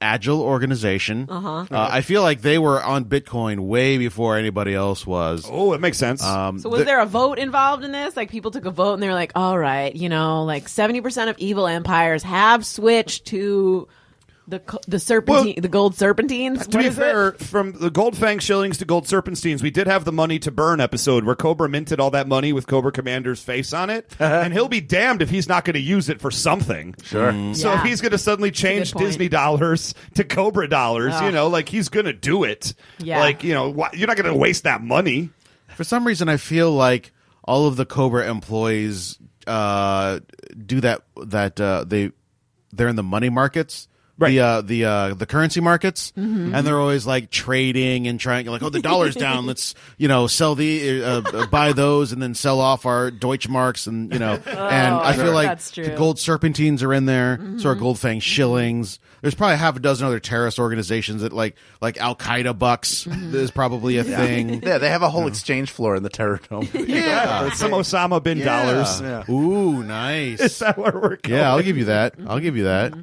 agile organization. Uh-huh. I feel like they were on Bitcoin way before anybody else was.
Oh, it makes sense.
So was there a vote involved in this? Like people took a vote and they were like, all right, you know, like 70% of evil empires have switched to the co- the serpentine,
Well,
the gold serpentines.
to
What
be
is it?
fair, from the Gold Fang shillings to Gold Serpentines, we did have the money to burn episode where Cobra minted all that money with Cobra Commander's face on it, and he'll be damned if he's not going to use it for something. Sure. So
Mm. Yeah.
if he's going to suddenly change
point. Ah.
Disney dollars to Cobra dollars, you know, like he's going to do it.
Yeah.
Like you know, why, you're not going to waste that money.
For some reason, I feel like all of the Cobra employees uh, do that. That uh, they they're in the money markets.
Right.
the uh, the uh, the currency markets,
Mm-hmm.
and they're always like trading and trying like, oh, the dollar's down. Let's you know sell the uh, uh, buy those and then sell off our Deutschmarks and you know. and I feel like
Oh, that's true. Mm-hmm.
the gold serpentines are in there. So are gold fang shillings. There's probably half a dozen other terrorist organizations that like like Al Qaeda bucks
Mm-hmm.
is probably a thing.
Yeah, they have a whole exchange floor in the Terror Dome.
Ah.
Yeah, some Osama bin dollars.
Yeah. Ooh,
Is
nice.
that where we're going?
Yeah, I'll give you that. I'll give you that.
Mm-hmm.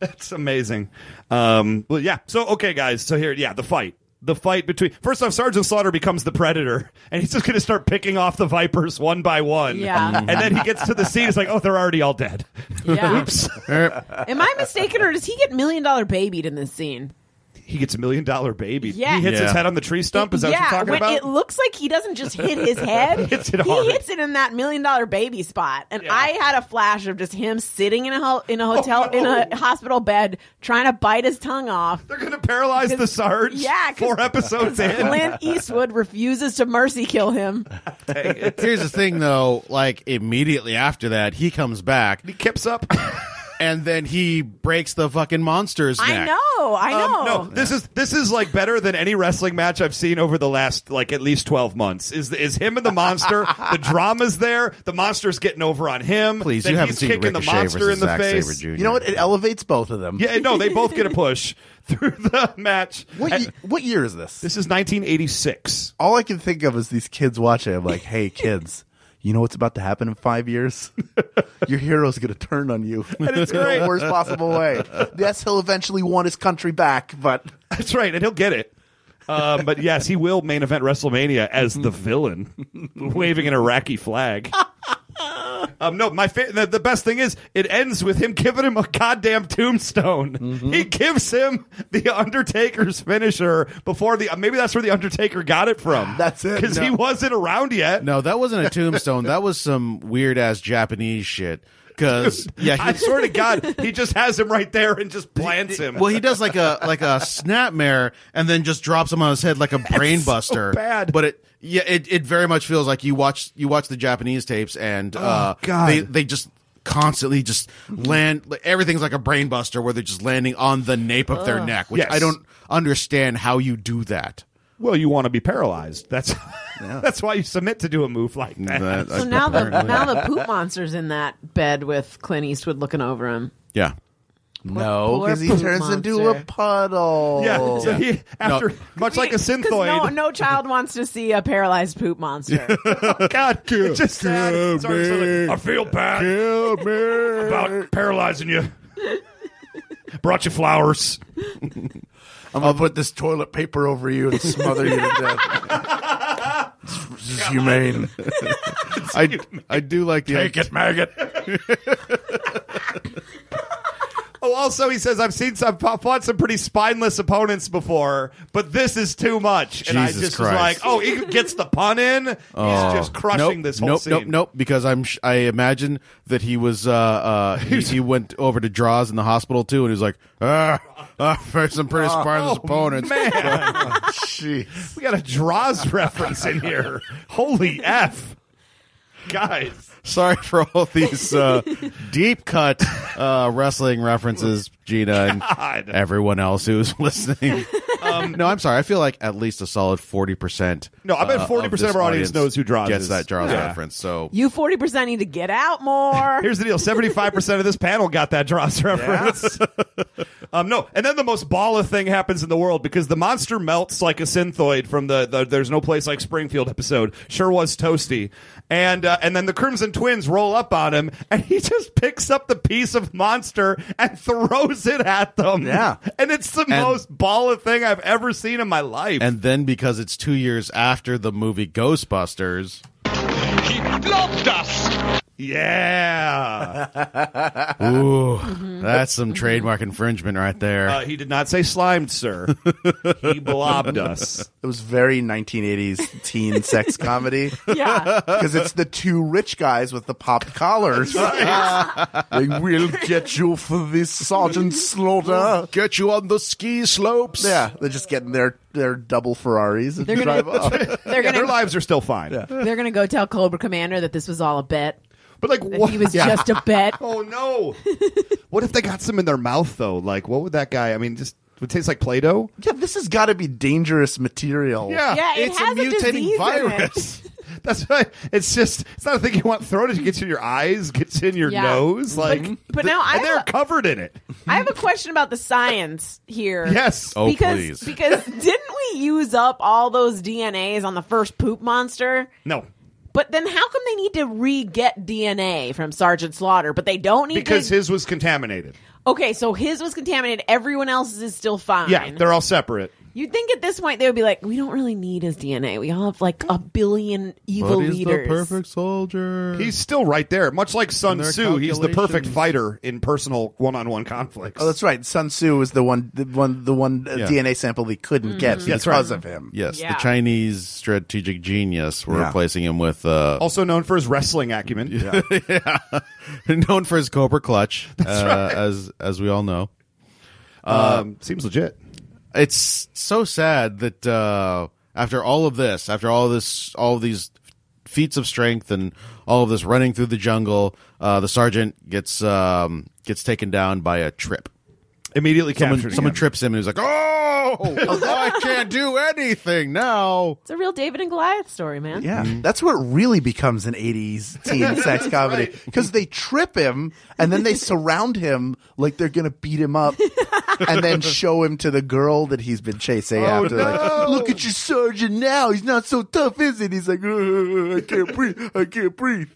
That's amazing. Um, well, yeah. So, okay, guys. So here, yeah, the fight. The fight between first off, Sergeant Slaughter becomes the predator, and he's just going to start picking off the vipers one by one.
Yeah.
and then he gets to the scene. It's like, oh, they're already all dead.
Yeah.
Oops.
Am I mistaken, or does he get million dollar babied in this scene?
He gets a million dollar baby.
Yeah.
He hits his
Yeah.
head on the tree stump. Is that
yeah,
what you're
when
talking
it
about?
looks like he doesn't just hit his head.
Hits it
he
hard.
hits it in that million dollar baby spot. And I had a flash of just him sitting in a ho- in a hotel in a hospital bed trying to bite his tongue off.
they're going to paralyze the Sarge.
Yeah, 'cause-
four episodes in.
Clint Eastwood refuses to mercy kill him.
Here's the thing, though. Like immediately after that, he comes back,
He kips up.
and then he breaks the fucking monster's
I
neck.
know, I know.
Um, no, this is this is like better than any wrestling match I've seen over the last like at least twelve months. Is is him and the monster? the drama's there. The monster's getting over on him.
Please,
Then
you haven't
he's
seen
kicking the
Ricochet
monster
versus
in the
Zack
face.
Sabre Jr.
You know what? It elevates both of them.
Yeah, no, they both get a push through the match.
What,
And
ye- what year is this?
this is 1986.
All I can think of is these kids watching. I'm like, hey, kids, you know what's about to happen in five years? Your hero's going to turn on you
it's
in
great.
the worst possible way. Yes, he'll eventually want his country back, but
That's right, and he'll get it. Um, but yes, he will main event WrestleMania as the villain, waving an Iraqi flag. Um, no, my fa- the, the best thing is it ends with him giving him a goddamn tombstone. He gives him the Undertaker's finisher before the maybe that's where the Undertaker got it from.
That's it,
because he
no.
wasn't around yet.
No, that wasn't a tombstone. that was some weird ass Japanese shit. Because yeah,
I
he,
swear to God, he just has him right there and just plants him.
well, he does like a like a snapmare, and then just drops him on his head like a brain buster.
bad.
but it yeah, it, it very much feels like you watch you watch the Japanese tapes, and uh,
Oh, God.
they they just constantly just land like, everything's like a brain buster where they're just landing on the nape of their neck, which
Yes.
I don't understand how you do that.
well, you want to be paralyzed. That's that's why you submit to do a move like that.
so now the now the poop monster's in that bed with Clint Eastwood looking over him.
yeah.
no,
poor
because he
poop
turns into a
monster.
puddle.
Yeah. So he after
Oh. No.
much like a
'Cause
synthoid.
No, no child wants to see a paralyzed poop monster.
God, it's just sad.
kill
It's already
me.
so like, I feel bad
Kill me.
about paralyzing you. Brought you flowers.
I'm gonna put this toilet paper over you and smother you to death. This is humane.
I, I do like the idea-
it, maggot.
Oh, also he says I've seen some I've fought some pretty spineless opponents before, but this is too much. and I
Jesus
just was
Christ. Oh.
like, oh, he gets the pun in. He's just crushing
nope,
this whole
nope,
scene.
Nope, nope, because I'm sh- I imagine that he was uh uh he, he went over to Draws in the hospital too, and he was like, ah, ah for some pretty spineless opponents.
Oh, Man,
Jeez.
we got a draws reference in here. Holy f, guys.
Sorry for all these uh, deep cut uh, wrestling references, Gina and
God. Um,
everyone else who's listening. no, I'm sorry. I feel like at least a solid forty percent. uh,
No, I bet 40% of our audience knows who Draws
gets
is.
that Draws
Yeah.
reference. So
you forty percent need to get out more.
Here's the deal: seventy-five percent of this panel got that Dross reference. um, no, and then the most balla thing happens in the world because the monster melts like a synthoid from the, the "There's No Place Like Springfield" episode. Sure was toasty, and uh, and then the Crimson Twins roll up on him, and he just picks up the piece of monster and throws it at them.
Yeah.
and it's the most balla thing I've ever seen in my life.
and then because it's two years after the movie Ghostbusters.
He loved us.
yeah,
Ooh, Mm-hmm. that's some trademark infringement right there.
uh, he did not say slimed, sir. he blobbed us.
It was very 1980s teen sex comedy
yeah.
because it's the two rich guys with the popped collars. they will get you for this Sergeant Slaughter.
Get you on the ski slopes.
Yeah, they're just getting their their double Ferraris and
gonna-
drive off.
They're
Yeah,
gonna
their lives are still fine.
they're gonna go tell Cobra Commander that this was all a bit.
But like,
That
what?
he was
Yeah.
just a bet.
Oh no! what if they got some in their mouth though? Like, what would that guy? I mean, just would it taste like Play-Doh.
Yeah, this has got to be dangerous material.
Yeah, it
it's
has
a mutating
disease
virus.
That's right. It's just it's not a thing you want thrown. at you. It gets in your eyes, gets in your
Yeah.
nose. Like,
but now I
and they're
have a-
covered in it.
In it. I have a question about the science here.
Yes.
Oh,
because
please.
because didn't we use up all those DNAs on the first poop monster?
No.
But then how come they need to re-get DNA from Sergeant Slaughter? But they don't need
Because
to.
his was contaminated.
okay, so his was contaminated. Everyone else's is still fine.
Yeah, they're all separate.
You'd think at this point they would be like, we don't really need his DNA. We all have like a billion evil leaders.
soldier.
He's still right there, much like Sun
And their
Tzu. He's the perfect
calculations.
fighter in personal one-on-one conflicts.
Oh, that's right. Sun Tzu was the one, the one, the one uh,
Yeah.
DNA sample they couldn't get
That's right.
because of him.
yes,
Yeah.
the Chinese strategic genius. We're
Yeah.
replacing him with uh,
also known for his wrestling acumen.
known for his Cobra clutch, uh, as as we all know.
Um, seems legit.
It's so sad that uh, after all of this, after all this, all these feats of strength and all of this running through the jungle, uh, the sergeant gets um, gets taken down by a trip.
Immediately
Someone,
captured.
someone
again.
trips him and he's like, "Oh, I can't do anything now."
It's a real David and Goliath story, man.
Yeah, that's where it really becomes an '80s teen sex comedy because they trip him and then they surround him like they're gonna beat him up, and then show him to the girl that he's been chasing after. Like, look at your sergeant now; he's not so tough, is it? He's like, "Uh, I can't breathe, I can't breathe.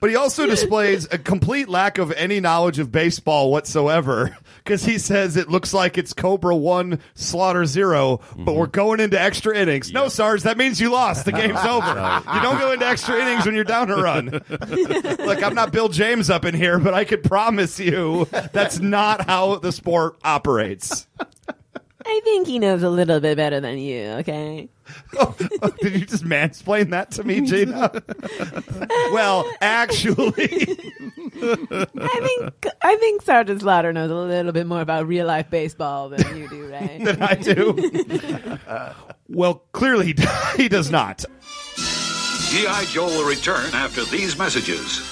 But he also displays a complete lack of any knowledge of baseball whatsoever because he says it looks like it's Cobra 1, Slaughter 0, but
Mm-hmm.
we're going into extra innings. No, Sarge, that means you lost. The game's over. You don't go into extra innings when you're down a run. Look, I'm not Bill James up in here, but I could promise you that's not how the sport operates.
I think he knows a little bit better than you, okay?
Did you just mansplain that to me, Gina? well, actually,
I think I think Sergeant Slaughter knows a little bit more about real life baseball than you do, right?
I do. Well, clearly he, he does not.
G.I. Joe will return after these messages.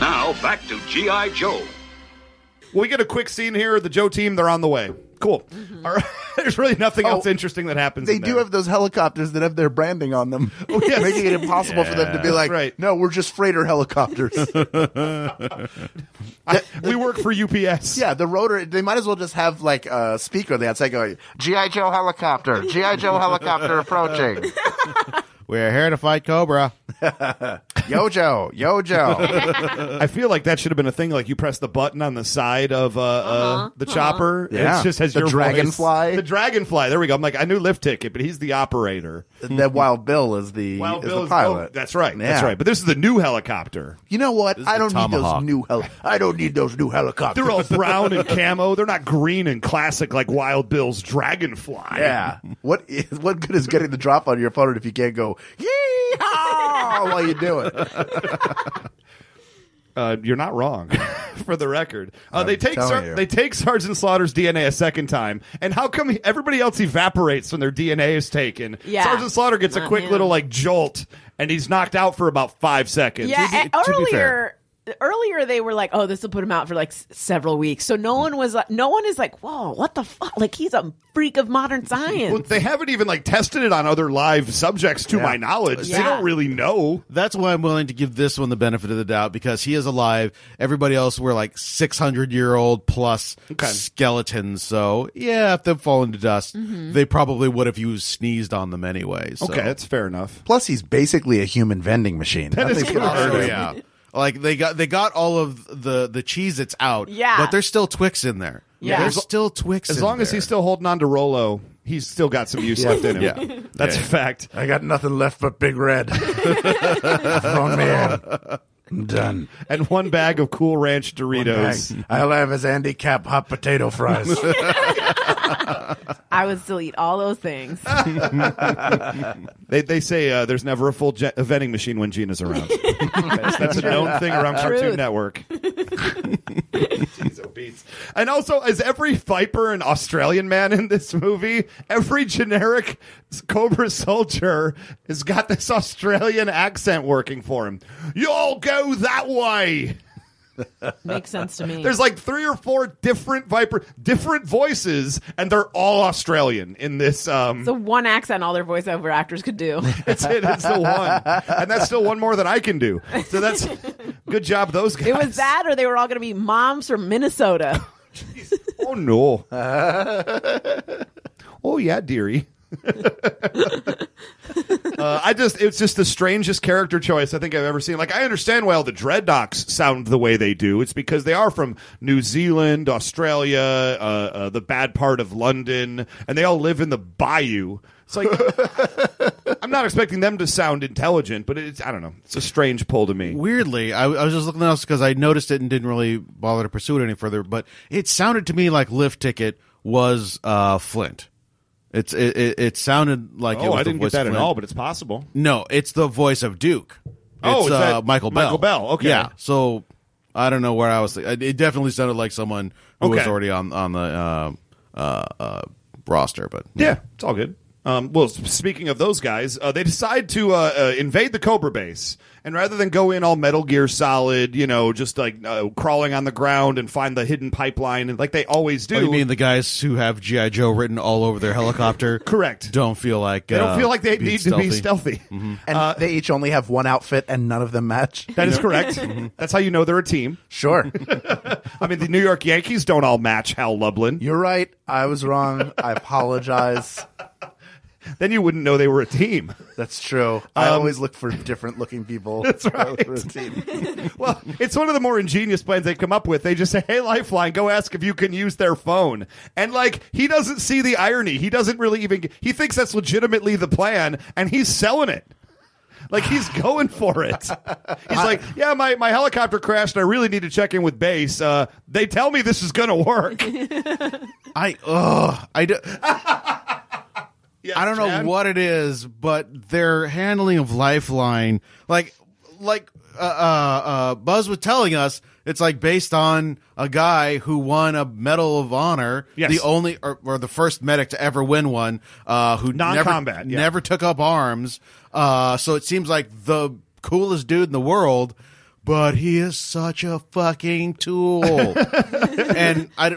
Now, back to G.I. Joe.
We get a quick scene here. The Joe team, they're on the way. Cool. All right. There's really nothing else interesting that happens.
Mm-hmm. Oh, They
in
do
there.
have those helicopters that have their branding on them,
yes.
making it impossible for them to be like,
right.
"No, we're just freighter helicopters."
I- we work for UPS.
Yeah, the rotor. They might as well just have like a speaker on the outside going, "GI Joe helicopter, GI Joe helicopter approaching,
We're here to fight Cobra.
Yojo, Yojo."
I feel like that should have been a thing. Like you press the button on the side of uh,
Uh-huh.
uh, the chopper. and
Yeah.
It's just has
The
your voice.
dragonfly.
The dragonfly. There we go. I'm like, I knew lift ticket, but he's the operator.
that Wild Bill is the
Wild
is
Bill
the
is-
pilot.
oh, that's right. That's
Yeah.
right. But this is the new helicopter.
You know what? I don't need those
Tomahawk.
new hel- I don't need those new helicopters.
They're all brown and camo. They're not green and classic like Wild Bill's dragonfly.
yeah. What is what good is getting the drop on your opponent if you can't go yeehaw while you do it?
Uh, you're not wrong, for the record. Uh, they take
telling
Sar-
you.
they take Sergeant Slaughter's DNA a second time, and how come he- everybody else evaporates when their DNA is taken?
Yeah.
Sergeant Slaughter gets a
Not
quick
him.
little like jolt, and he's knocked out for about five seconds.
yeah,
To be-
a-
to be
earlier
fair.
earlier they were like, "Oh, this will put him out for like s- several weeks." So
Mm.
no one was like, no one is like, "Whoa, what the fuck?" Like he's a freak of modern
Well,
science.
they haven't even like tested it on other live subjects, to my knowledge. They
Yeah.
don't really know.
That's why I'm willing to give this one the benefit of the doubt because he is alive. Everybody else were like 600 year old plus
Okay.
skeletons. So yeah, if they'd fallen to dust,
Mm-hmm.
they probably would if you sneezed on them anyway. So.
Okay, that's fair enough.
Plus, he's basically a human vending machine. That
is
Also, uh, yeah. Like they got they got all of the the cheese that's out.
Yeah.
but there's still Twix in there.
Yeah.
there's still Twix.
As
in
long as
there.
he's still holding on to Rolo, he's still got some use left in him.
Yeah.
That's
Yeah.
a fact.
I got nothing left but Big Red. Thrown me in. I'm done.
And one bag of Cool Ranch Doritos. Uh,
All I have is Andy Cap hot potato fries.
I would still eat all those things.
they they say uh, there's never a full je- a vending machine when Gina's around. that's, that's a known thing around Cartoon
Truth.
Network. And also, as every Viper and Australian man in this movie, every generic Cobra soldier has got this Australian accent working for him. Y'all go that way.
Makes sense to me.
There's like three or four different Viper, different voices, and they're all Australian in this. Um,
the one accent all their voiceover actors could do.
That's it. It's the one, and that's still one more than I can do. So that's good job, those guys.
It was that, or they were all going to be moms from Minnesota.
Oh no. oh yeah, dearie. uh, I just it's just the strangest character choice I think I've ever seen. Like I understand why all the dreadnoughts sound the way they do. It's because they are from New Zealand, Australia, uh, uh, the bad part of London, and they all live in the bayou. It's like I'm not expecting them to sound intelligent, but it's I don't know. It's a strange pull to me.
Weirdly, I, I was just looking at this because I noticed it and didn't really bother to pursue it any further. But it sounded to me like Lift Ticket was uh, Flint. It's it, it, it sounded like it
oh,
was
I
the
didn't
voice
get that
of
at
Flint.
all, but it's possible.
No, it's the voice of Duke.
Oh,
It's,
is that
uh, Michael Bell.
Michael Bell, okay.
Yeah. So I don't know where I was. It it definitely sounded like someone who was
Okay.
already on on the uh, uh, uh, roster, but
Yeah, it's all good. Um, well, s- speaking of those guys, uh, they decide to uh, uh, invade the Cobra base, and rather than go in all Metal Gear Solid, you know, just like uh, crawling on the ground and find the hidden pipeline, and like they always do.
Oh, you mean the guys who have GI Joe written all over their helicopter?
Correct.
Don't feel like uh,
they don't feel like they need to be
stealthy. Mm-hmm.
stealthy.
And they each only have one outfit and none of them match.
That is correct.
Mm-hmm.
That's how you know they're a team.
Sure.
I mean, the New York Yankees don't all match Hal Lublin.
You're right. I was wrong. I apologize.
Then you wouldn't know they were a team.
That's true. I always look for different looking people. That's
Um, right.
team.
Well, it's one of the more ingenious plans they come up with. They just say, "Hey, Lifeline, go ask if you can use their phone." And like, he doesn't see the irony. He doesn't really even. He thinks that's legitimately the plan, and he's selling it. Like he's going for it. He's like, "Yeah, my, my helicopter crashed. I really need to check in with base. Uh, they tell me this is gonna work."
I ugh, I do, I don't know
Chad?
what it is, but their handling of Lifeline, like like uh, uh, uh, Buzz was telling us, it's like based on a guy who won a Medal of Honor,
Yes.
the only or, or the first medic to ever win one, uh, who
Non-combat,
never,
yeah.
never took up arms. Uh, so it seems like the coolest dude in the world. But he is such a fucking tool. and I d-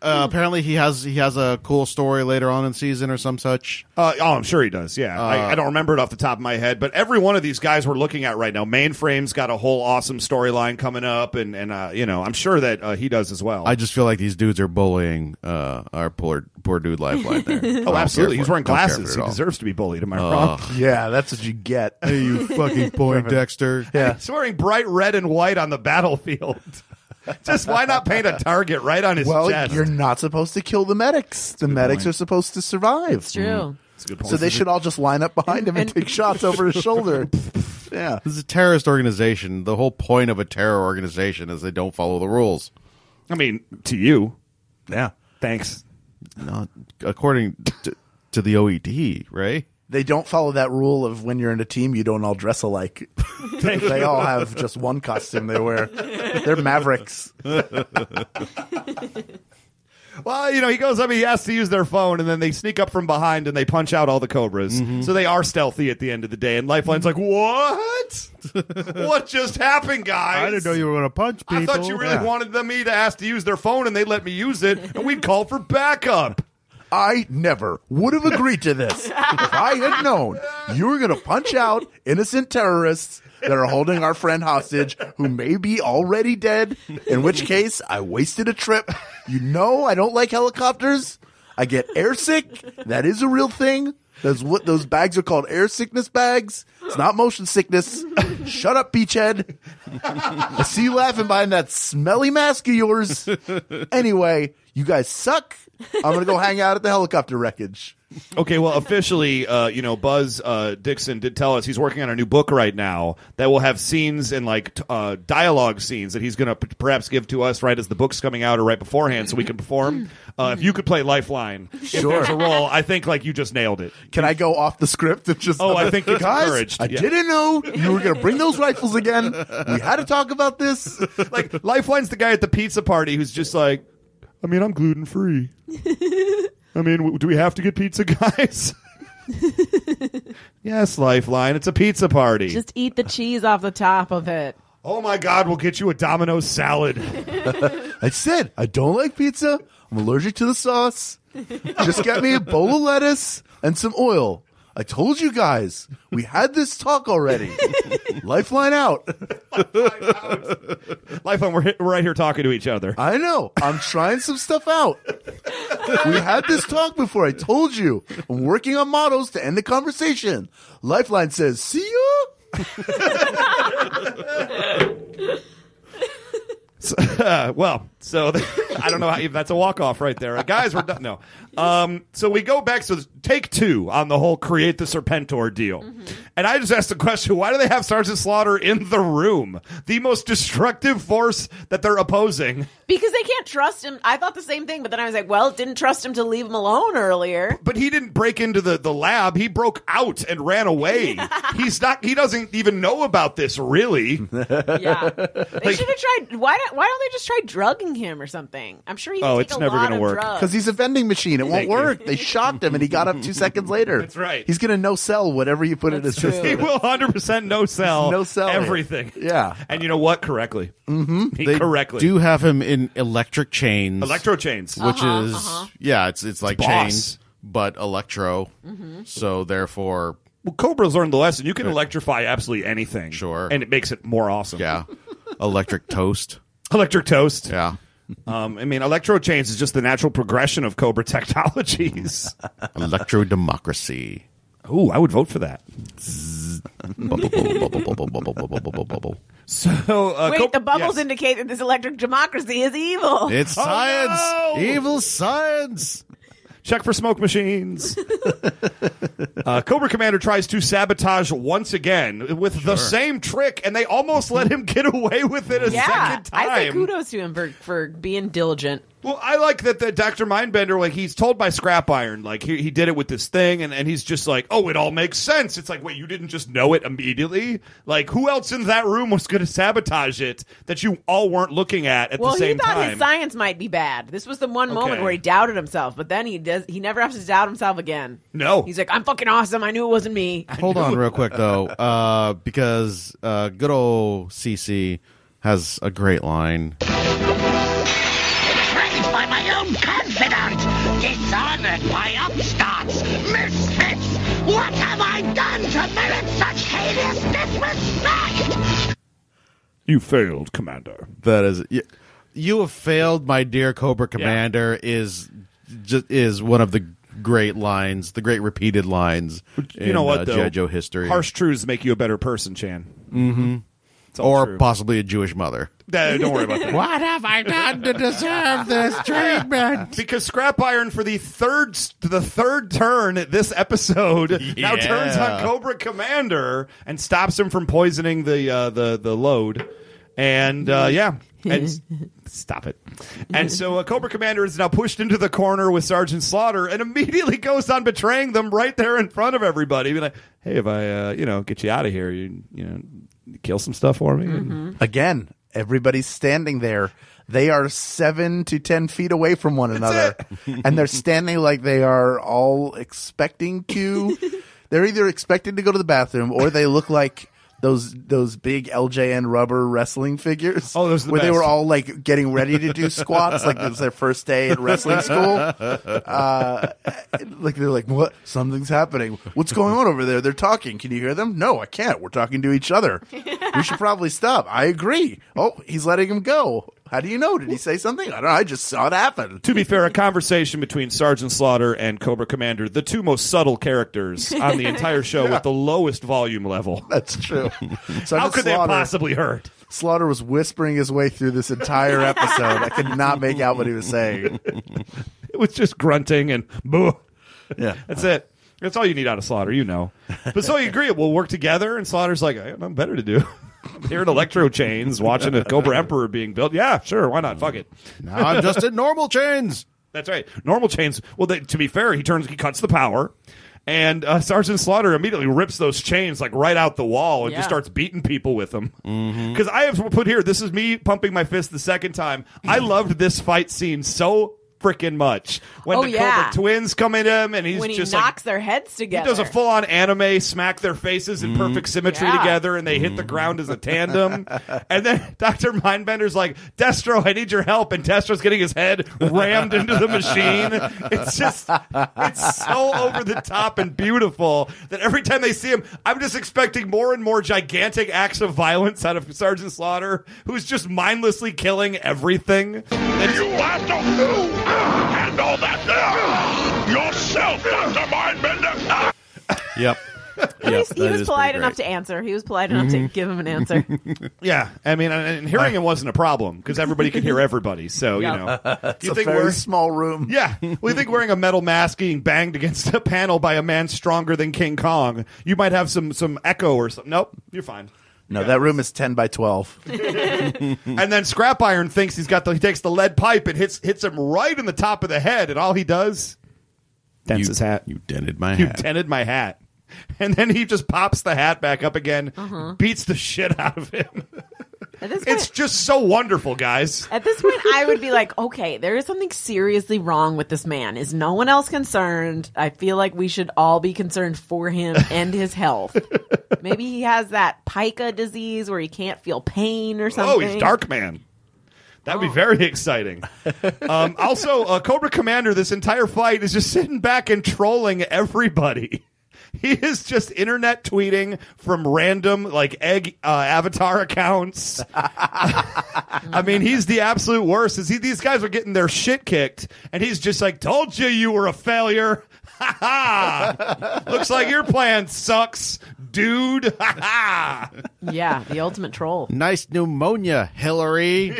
uh, apparently he has he has a cool story later on in the season or some such.
Uh, oh, I'm sure he does. Yeah, I, I don't remember it off the top of my head, but every one of these guys we're looking at right now, mainframe's got a whole awesome storyline coming up, and and uh, you know, I'm sure that uh, he does as well.
I just feel like these dudes are bullying uh, our poor poor dude lifeline there.
oh, absolutely. He's wearing glasses. He deserves to be bullied. Am I wrong?
yeah, that's what you get.
you fucking Poindexter.
Yeah.
He's wearing bright red and white on the battlefield. just why not paint a target right on his
Well,
chest?
you're not supposed to kill the medics. The medics are supposed to survive.
It's true.
Mm.
That's a good point.
So they should all just line up behind him and, take shots over his shoulder. Yeah.
This is a terrorist organization. The whole point of a terror organization is they don't follow the rules.
I mean, to you,
Yeah.
thanks.
Not according to, to the OED, right?
They don't follow that rule of when you're in a team, you don't all dress alike. they all have just one costume they wear. They're mavericks.
Well, you know, he goes up, he asks to use their phone, and then they sneak up from behind and they punch out all the Cobras.
Mm-hmm.
So they are stealthy at the end of the day. And Lifeline's like, What? what just happened, guys?
were going to punch
I thought you really wanted them, me to ask to use their phone, and they let me use it, and we'd call for backup.
I never would have agreed to this if I had known you were going to punch out innocent terrorists that are holding our friend hostage who may be already dead, in which case I wasted a trip. You know, I don't like helicopters. I get airsick. That is a real thing. That's what those bags are called air sickness bags. It's not motion sickness. Shut up, Beachhead. I see you laughing behind that smelly mask of yours. Anyway, you guys suck. I'm going to go hang out at the helicopter wreckage.
Okay, well, officially, uh, you know, Buzz uh, Dixon did tell us he's working on a new book right now that will have scenes and like t- uh, dialogue scenes that he's going to p- perhaps give to us right as the book's coming out or right beforehand, so we can perform. Uh, if you could play Lifeline, if
Mm-hmm. Sure.
there's a role, I think like you just nailed it.
Can I go off the script and just?
Oh, I think it's
Guys,
encouraged,
I
yeah.
didn't know you were going to bring those rifles again. We had to talk about this.
Like Lifeline's the guy at the pizza party who's just like, I mean, I'm gluten free. I mean, w- do we have to get pizza, guys? yes, Lifeline, it's a pizza party.
Just eat the cheese off the top of it.
oh my God, we'll get you a Domino's salad.
I said I don't like pizza. I'm allergic to the sauce. Just get me a bowl of lettuce and some oil. I told you guys we had this talk already. Lifeline out.
Lifeline, we're, hi- we're right here talking to each other.
I know. I'm trying some stuff out. We had this talk before. I told you. I'm working on models to end the conversation. Lifeline says, "See you."
Uh, well, so th- I don't know how, if that's a walk off right there, Uh, guys. We're done. No, um, so we go back. So th- take two on the whole create the Serpentor deal, and I just asked the question: Why do they have Sergeant Slaughter in the room, the most destructive force that they're opposing?
Because they can't trust him. I thought the same thing, but then I was like, well, didn't trust him to leave him alone earlier.
But he didn't break into the, the lab. He broke out and ran away. He's not. He doesn't even know about this really.
Yeah. They should have tried. Why don't, why don't they just try drugging him or something? I'm sure he's
Oh,
take
it's
a
never
going
gonna
to
work.
Because he's a vending machine. It won't
you.
work. They shocked him and he got up two seconds later. That's
right.
He's going to no sell whatever you put in his
That's true.
He
system.
will 100% no sell
No sell it.
everything.
Yeah.
And you know what? Correctly. Mm-hmm. He
They
correctly.
do have him in electric chains,
Electro chains.
which is yeah, it's it's like
It's boss.
chains but electro. So therefore,
Well, Cobra's learned the lesson. You can electrify absolutely anything.
Sure.
And it makes it more awesome.
yeah, electric toast.
Electric toast.
Yeah,
Um, I mean, electro chains is just the natural progression of Cobra technologies.
electro democracy.
Ooh, I would vote for that.
Bubble, bubble, bubble, bubble, bubble, bubble, bubble, bubble.
So, uh,
Wait,
Cobra-
the bubbles
yes.
indicate that this electric democracy is evil.
It's science,
no!
evil science.
Check for smoke machines. uh, Cobra Commander tries to sabotage once again with the same trick, and they almost let him get away with it a
yeah.
second time.
I say kudos to him for, for being diligent.
Well, I like that the Dr. Mindbender, like, he's told by Scrap Iron, like, he, he did it with this thing, and, and he's just like, oh, it all makes sense. It's like, wait, you didn't just know it immediately? Like, who else in that room was going to sabotage it that you all weren't looking at at
Well,
the
he
same
thought
time?
his science might be bad. This was the one
Okay.
moment where he doubted himself, but then he does. He never has to doubt himself again.
No.
he's like, I'm fucking awesome. I knew it wasn't me.
Hold on, real quick though, uh, because uh, good old CC has a great line.
Betrayed by my own confidant, dishonored by upstarts, misfits. What have I done to merit such heinous disrespect?
you failed, Commander.
That is, you, you have failed, my dear Cobra Commander. Is just is one of the great lines, the great repeated lines.
You
in,
know
uh,
what, though?
G.I. Joe history,
Harsh truths make you a better person, Chan. Mm-hmm. It's all
or
true.
possibly a Jewish mother.
Nah, don't worry about that.
What have I done to deserve this treatment?
Because Scrap Iron for the third the third turn this episode now
Yeah.
turns on Cobra Commander and stops him from poisoning the uh, the the load, and uh, yeah, and stop it. And so uh, Cobra Commander is now pushed into the corner with Sergeant Slaughter and immediately goes on betraying them right there in front of everybody. Be like, hey, if I uh, you know get you out of here, you you know kill some stuff for me.
Mm-hmm. Again, everybody's standing there. They are seven to ten feet away from one another. and they're standing like they are all expecting to. they're either expecting to go to the bathroom or they look like. Those those big LJN rubber wrestling figures.
Oh, those are the
where they
best.
were all like getting ready to do squats, like it was their first day at wrestling school. Uh, like they're like what something's happening what's going on over there they're talking can you hear them no i can't we're talking to each other we should probably stop i agree oh he's letting him go How do you know? Did he say something? I don't know. I just saw it happen.
To be fair, a conversation between Sergeant Slaughter and Cobra Commander, the two most subtle characters on the entire show with the lowest volume level.
That's true.
How could they possibly hurt?
Slaughter was whispering his way through this entire episode. I could not make out what he was saying.
It was just grunting and boo.
Yeah.
That's it. That's all you need out of Slaughter, you know. But so you agree, we'll work together. And Slaughter's like, I got nothing better to do. I'm here in electro chains, watching a Cobra Emperor being built. Yeah, sure, why not? Fuck it.
Now I'm just in normal chains.
That's right. Normal chains. Well, they, to be fair, he turns, he cuts the power, and uh, Sergeant Slaughter immediately rips those chains like right out the wall and
Yeah.
just starts beating people with them. Because I have put here, this is me pumping my fist the second time. I loved this fight scene so freaking much when
Oh,
the
yeah.
Cobra twins come at him and he's
when he
just like,
knocks their heads together. Mm-hmm.
He does a full on anime, smack their faces in perfect symmetry
Yeah. Mm-hmm.
together, and they hit the ground as a tandem. and then Dr. Mindbender's like, Destro, I need your help. And Destro's getting his head rammed into the machine. It's just, it's so over the top and beautiful that every time they see him, I'm just expecting more and more gigantic acts of violence out of Sergeant Slaughter, who's just mindlessly killing everything.
You have to handle that there yourself, Dr. Mindbender.
Yep.
At least he was polite enough to answer. He was polite enough
Mm-hmm.
to give him an answer.
Yeah, I mean, and and hearing him wasn't a problem because everybody could hear everybody. So
Yeah.
you know,
It's a very small room.
Yeah, we think wearing a metal mask being banged against a panel by a man stronger than King Kong, you might have some some echo or something. Nope, you're fine.
No, that room is ten by twelve.
And then Scrap Iron thinks he's got the he takes the lead pipe and hits hits him right in the top of the head, and all he does dents his hat.
You dented my
You
hat.
dented my hat. And then he just pops the hat back up again, beats the shit out of him.
At this point,
It's just so wonderful, guys.
at this point, I would be like, okay, there is something seriously wrong with this man. Is no one else concerned? I feel like we should all be concerned for him and his health. Maybe he has that pica disease where he can't feel pain or something.
Oh, he's Dark Man. That'd be very exciting. um, also, uh, Cobra Commander, this entire fight is just sitting back and trolling everybody. He is just internet tweeting from random like egg uh, avatar accounts. I mean, he's the absolute worst. Is he? These guys are getting their shit kicked, and he's just like, "Told you you were a failure." Ha ha! Looks like your plan sucks, dude. Ha ha!
Yeah, the ultimate troll.
Nice pneumonia, Hillary.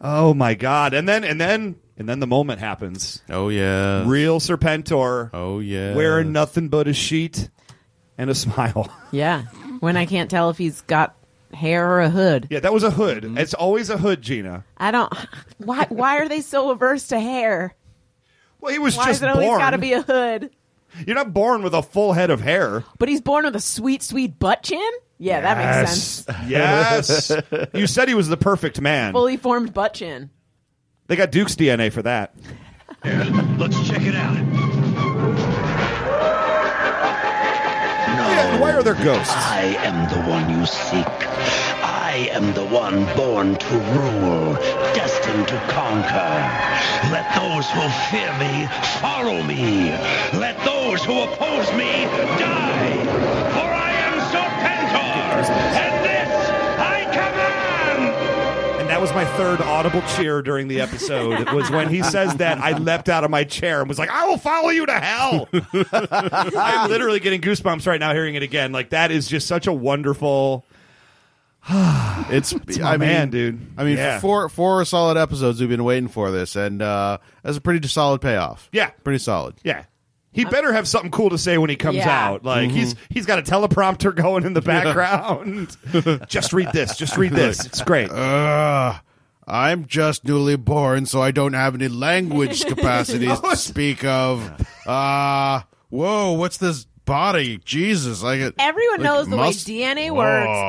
Oh my god! And then and then and then the moment happens.
Oh yeah.
Real Serpentor.
Oh yeah.
Wearing nothing but a sheet and a smile.
Yeah, when I can't tell if he's got hair or a hood.
yeah, that was a hood. It's always a hood, Gina.
I don't. Why? Why are they so averse to hair?
Well, he was
Why
just
is it always
born.
got to be a hood?
You're not born with a full head of hair.
But he's born with a sweet, sweet butt chin. Yeah, that makes sense.
Yes. yes. You said he was the perfect man.
Fully formed butt chin.
they got Duke's DNA for that.
Let's check it out.
Yeah, why are there ghosts?
I am the one you seek. I am the one born to rule, destined to conquer. Let those who fear me follow me. Let those who oppose me die. For I am Serpentor, and this I command.
And that was my third audible cheer during the episode. It was when he says that I leapt out of my chair and was like, "I will follow you to hell." I'm literally getting goosebumps right now hearing it again. Like that is just such a wonderful
It's,
my
I mean,
man, dude.
I mean,
Yeah.
four four solid episodes we've been waiting for this, and uh, that's a pretty solid payoff.
Yeah.
pretty solid.
Yeah. He better have something cool to say when he comes
Yeah.
out. Like he's
Mm-hmm.
he's got a teleprompter going in the background. just read this. Just read this. It's great.
Uh, I'm just newly born, so I don't have any language capacities
Oh,
to speak of. Uh, whoa, what's this body? Jesus, like it.
Everyone
like
knows the way
must-
DNA
Whoa.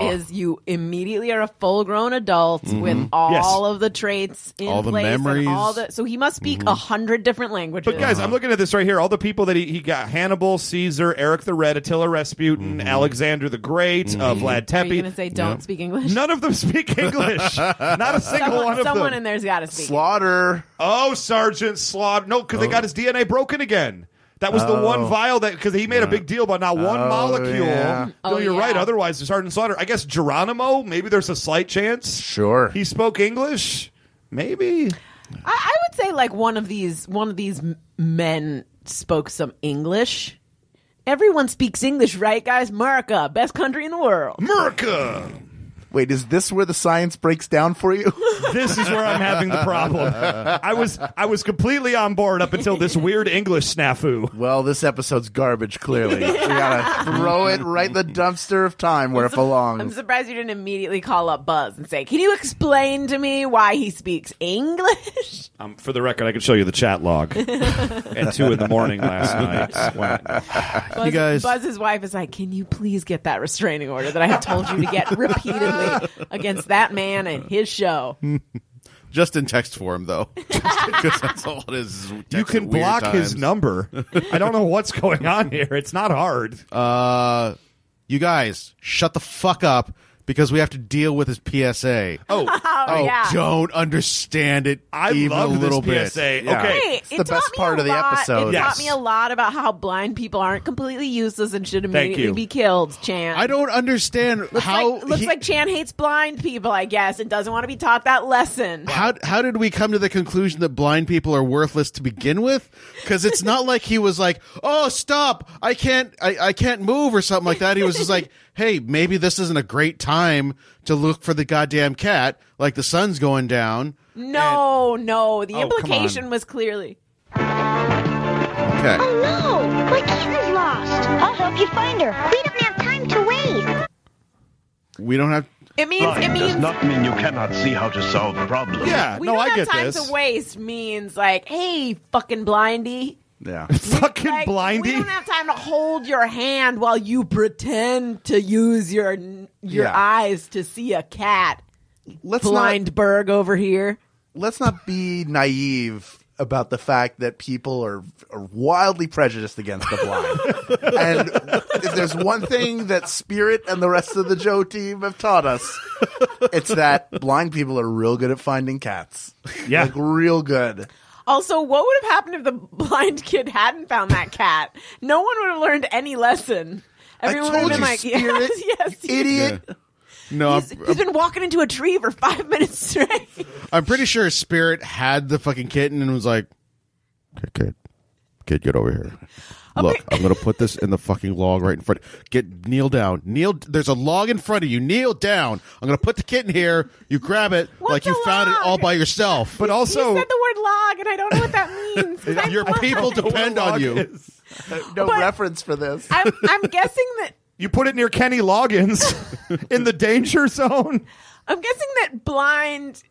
works is you immediately are a full grown adult with all
Mm-hmm. Yes.
of the traits in
All the
place and
memories.
all the so he must speak a hundred different languages.
Mm-hmm. But guys, I'm looking at this right here. All the people that he, he got: Hannibal, Caesar, Eric the Red, Attila Rasputin, Alexander the Great, uh, Vlad
Mm-hmm. are you
Tepes.
gonna say don't speak English?
None of them speak English. Not a single
someone,
one of
someone
them.
in there's got to speak.
Slaughter.
Oh.
oh, Sergeant Slaughter. No, because they got his DNA broken again. That was the one
Oh.
vial that because he made a big deal about not one
Oh,
molecule.
yeah.
No,
Oh,
you're right. Otherwise, it's Sergeant Slaughter. I guess Geronimo. Maybe there's a slight chance.
Sure.
He spoke English. Maybe.
I, I would say like one of these one of these m- men spoke some English. Everyone speaks English, right, guys? America, best country in the world.
Mm. America.
Wait, is this where the science breaks down for you?
this is where I'm having the problem. I was I was completely on board up until this weird English snafu.
Well, this episode's garbage. Clearly, we gotta throw it right in the dumpster of time where it
I'm
belongs.
surprised you didn't immediately call up Buzz and say, "Can you explain to me why he speaks English?"
Um, for the record, I could show you the chat log at two in the morning last night.
Buzz,
guys-
Buzz's wife is like, "Can you please get that restraining order that I have told you to get repeatedly against that man and his show?"
Just in text form, though. Because that's all it is. is text
You
at
can
weird
block his
times.
number. I don't know what's going on here. It's not hard.
Uh, you guys, shut the fuck up because we have to deal with his PSA. Oh,
Oh, yeah.
don't understand it
I
even
love
a little
this PSA.
bit.
Yeah.
Okay.
Hey,
It's
it
the
taught
best
me
part
a
of the
lot-
episode.
It
Yes.
taught me a lot about how blind people aren't completely useless and should immediately
you.
be killed, Chan.
I don't understand
Looks
how
like, looks
he-
like Chan hates blind people, I guess, and doesn't want to be taught that lesson.
how how did we come to the conclusion that blind people are worthless to begin with? Because it's not like he was like, "Oh, stop! I can't, I, I can't move" or something like that. He was just like, "Hey, maybe this isn't a great time to look for the goddamn cat. Like the sun's going
Mm.
down."
No, no. The
Oh, come
implication
on.
was clearly.
Okay.
Oh no! My cat is lost! I'll help you find her. We don't have time to wait.
We don't have.
It means it
Blind does
means
not mean you cannot see how to solve the problem.
Yeah.
we
no,
don't
I
have
get
time
this.
to waste means like, hey, fucking blindy.
Yeah.
Fucking
Like, We
blindy.
don't have time to hold your hand while you pretend to use your your
Yeah.
eyes to see a cat.
Let's not
Blind Berg over here.
let's not be naive about the fact that people are, are wildly prejudiced against the blind. and if there's one thing that Spirit and the rest of the Joe team have taught us, it's that blind people are real good at finding cats.
Yeah.
Like real good.
Also, what would have happened if the blind kid hadn't found that cat? No one would have learned any lesson. Everyone would have been
told you,
like,
Spirit,
yes, yes. you-
Idiot.
No,
He's,
I'm-
he's been walking into a tree for five minutes straight.
I'm pretty sure Spirit had the fucking kitten and was like, "Kid, kid, kid, get over here. Look, I'm gonna put this in the fucking log right in front. Get kneel down. Kneel. There's a log in front of you. Kneel down. I'm gonna put the kitten here. You grab it
What's
like you
a
found it
log?
all by yourself.
But also,
he said the word log, and I don't know what that means. 'cause I'm
your
blind.
people depend on you.
No
But-
reference for this.
I'm, I'm guessing that
you put it near Kenny Loggins in the danger zone.
I'm guessing that blind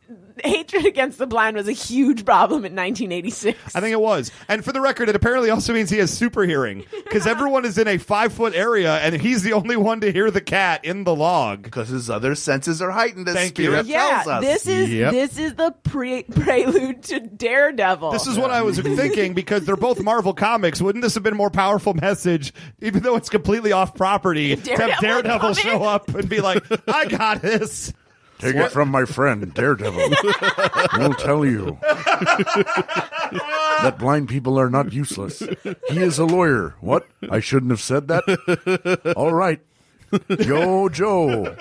hatred against the blind was a huge problem in 1986.
I think it was. And for the record, it apparently also means he has super hearing because everyone is in a five foot area and he's the only one to hear the cat in the log.
Because his other senses are heightened as
Thank you.
Spirit
yeah,
tells us.
this is
Yep.
this is the pre- prelude to Daredevil.
This is what I was thinking because they're both Marvel comics. Wouldn't this have been a more powerful message, even though it's completely off property, to have
Daredevil
Daredevil
comic?
show up and be like, I got this?
Take it from my friend, Daredevil. I'll tell you that blind people are not useless. He is a lawyer. What? I shouldn't have said that? All right. Yo, Joe.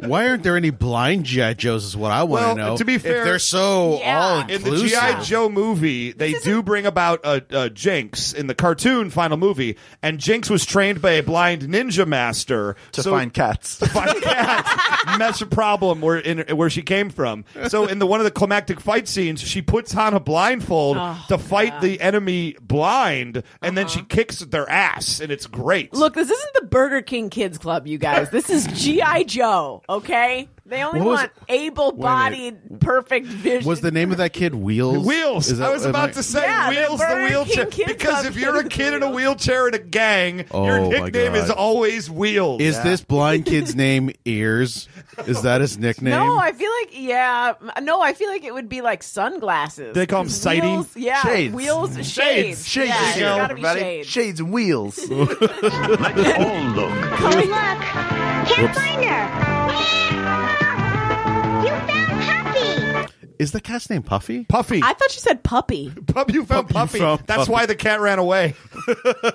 Why aren't there any blind GI Joes? Is what I want
Well,
to know.
to be fair-
if they're so
Yeah.
all
In
inclusive.
the G.I. Joe movie, they do bring about a, a Jinx in the cartoon final movie, and Jinx was trained by a blind ninja master
To
so-
find cats.
by cat match the problem where in where she came from. So in the one of the climactic fight scenes, she puts on a blindfold
Oh,
to fight the enemy blind, and then she kicks their ass, and it's great.
Uh-huh. Look, this isn't the Burger King Kids Club, you guys. This is GI Joe. Okay, they only
What was-
want able-bodied, perfect vision.
was the name of that kid Wheels?
Wheels.
Is that-
I was
am
about
I-
to say
Yeah, the
wheels, the
Burger
wheelchair.
King Kids
Because
Club
if you're a
kid
kid in a
wheels.
wheelchair in a gang,
Oh,
your
my
nickname is
God.
always wheels.
Is this blind kid's name Ears? Is that his nickname?
No, I feel like yeah. No, I feel like it would be like sunglasses.
They call 'em
Wheels-
sighting?
Yeah,
Shades.
wheels, shades,
Shades,
Yeah, it's
you know,
gotta be
everybody.
shades.
Shades and wheels.
Let's all look.
Good luck. Can't find her. You found Happy.
Is the cat's name Puffy?
Puffy.
I thought you said puppy.
Puppy, you found Puffy. That's why the cat ran away.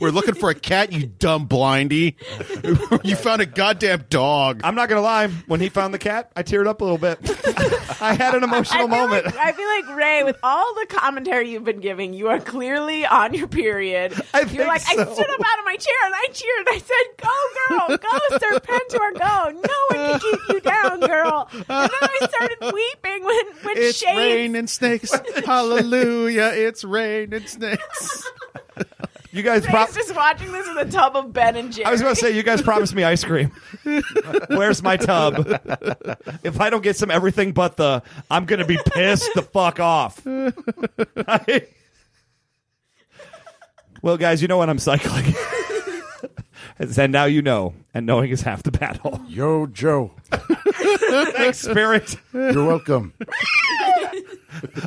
We're looking for a cat, you dumb blindy. you found a goddamn dog.
I'm not gonna lie. When he found the cat, I teared up a little bit. I had an emotional
I feel
moment.
Like, I feel like Ray, with all the commentary you've been giving, you are clearly on your period.
I
You're
think
like, I stood
so.
up out of my chair and I cheered. I said, "Go, girl, go, Serpentor, go! No one can keep you down, girl." And then I started weeping when when
It's
Shane.
rain and snakes. Hallelujah. It's rain and snakes.
you guys,
Ray's
pro-
just watching this with a tub of Ben and Jerry.
I was about to say, you guys promised me ice cream. Where's my tub? If I don't get some everything but the, I'm gonna be pissed the fuck off. I- well, guys, you know when I'm cycling, and now you know, and knowing is half the battle.
Yo, Joe.
Thanks, Spirit.
You're welcome.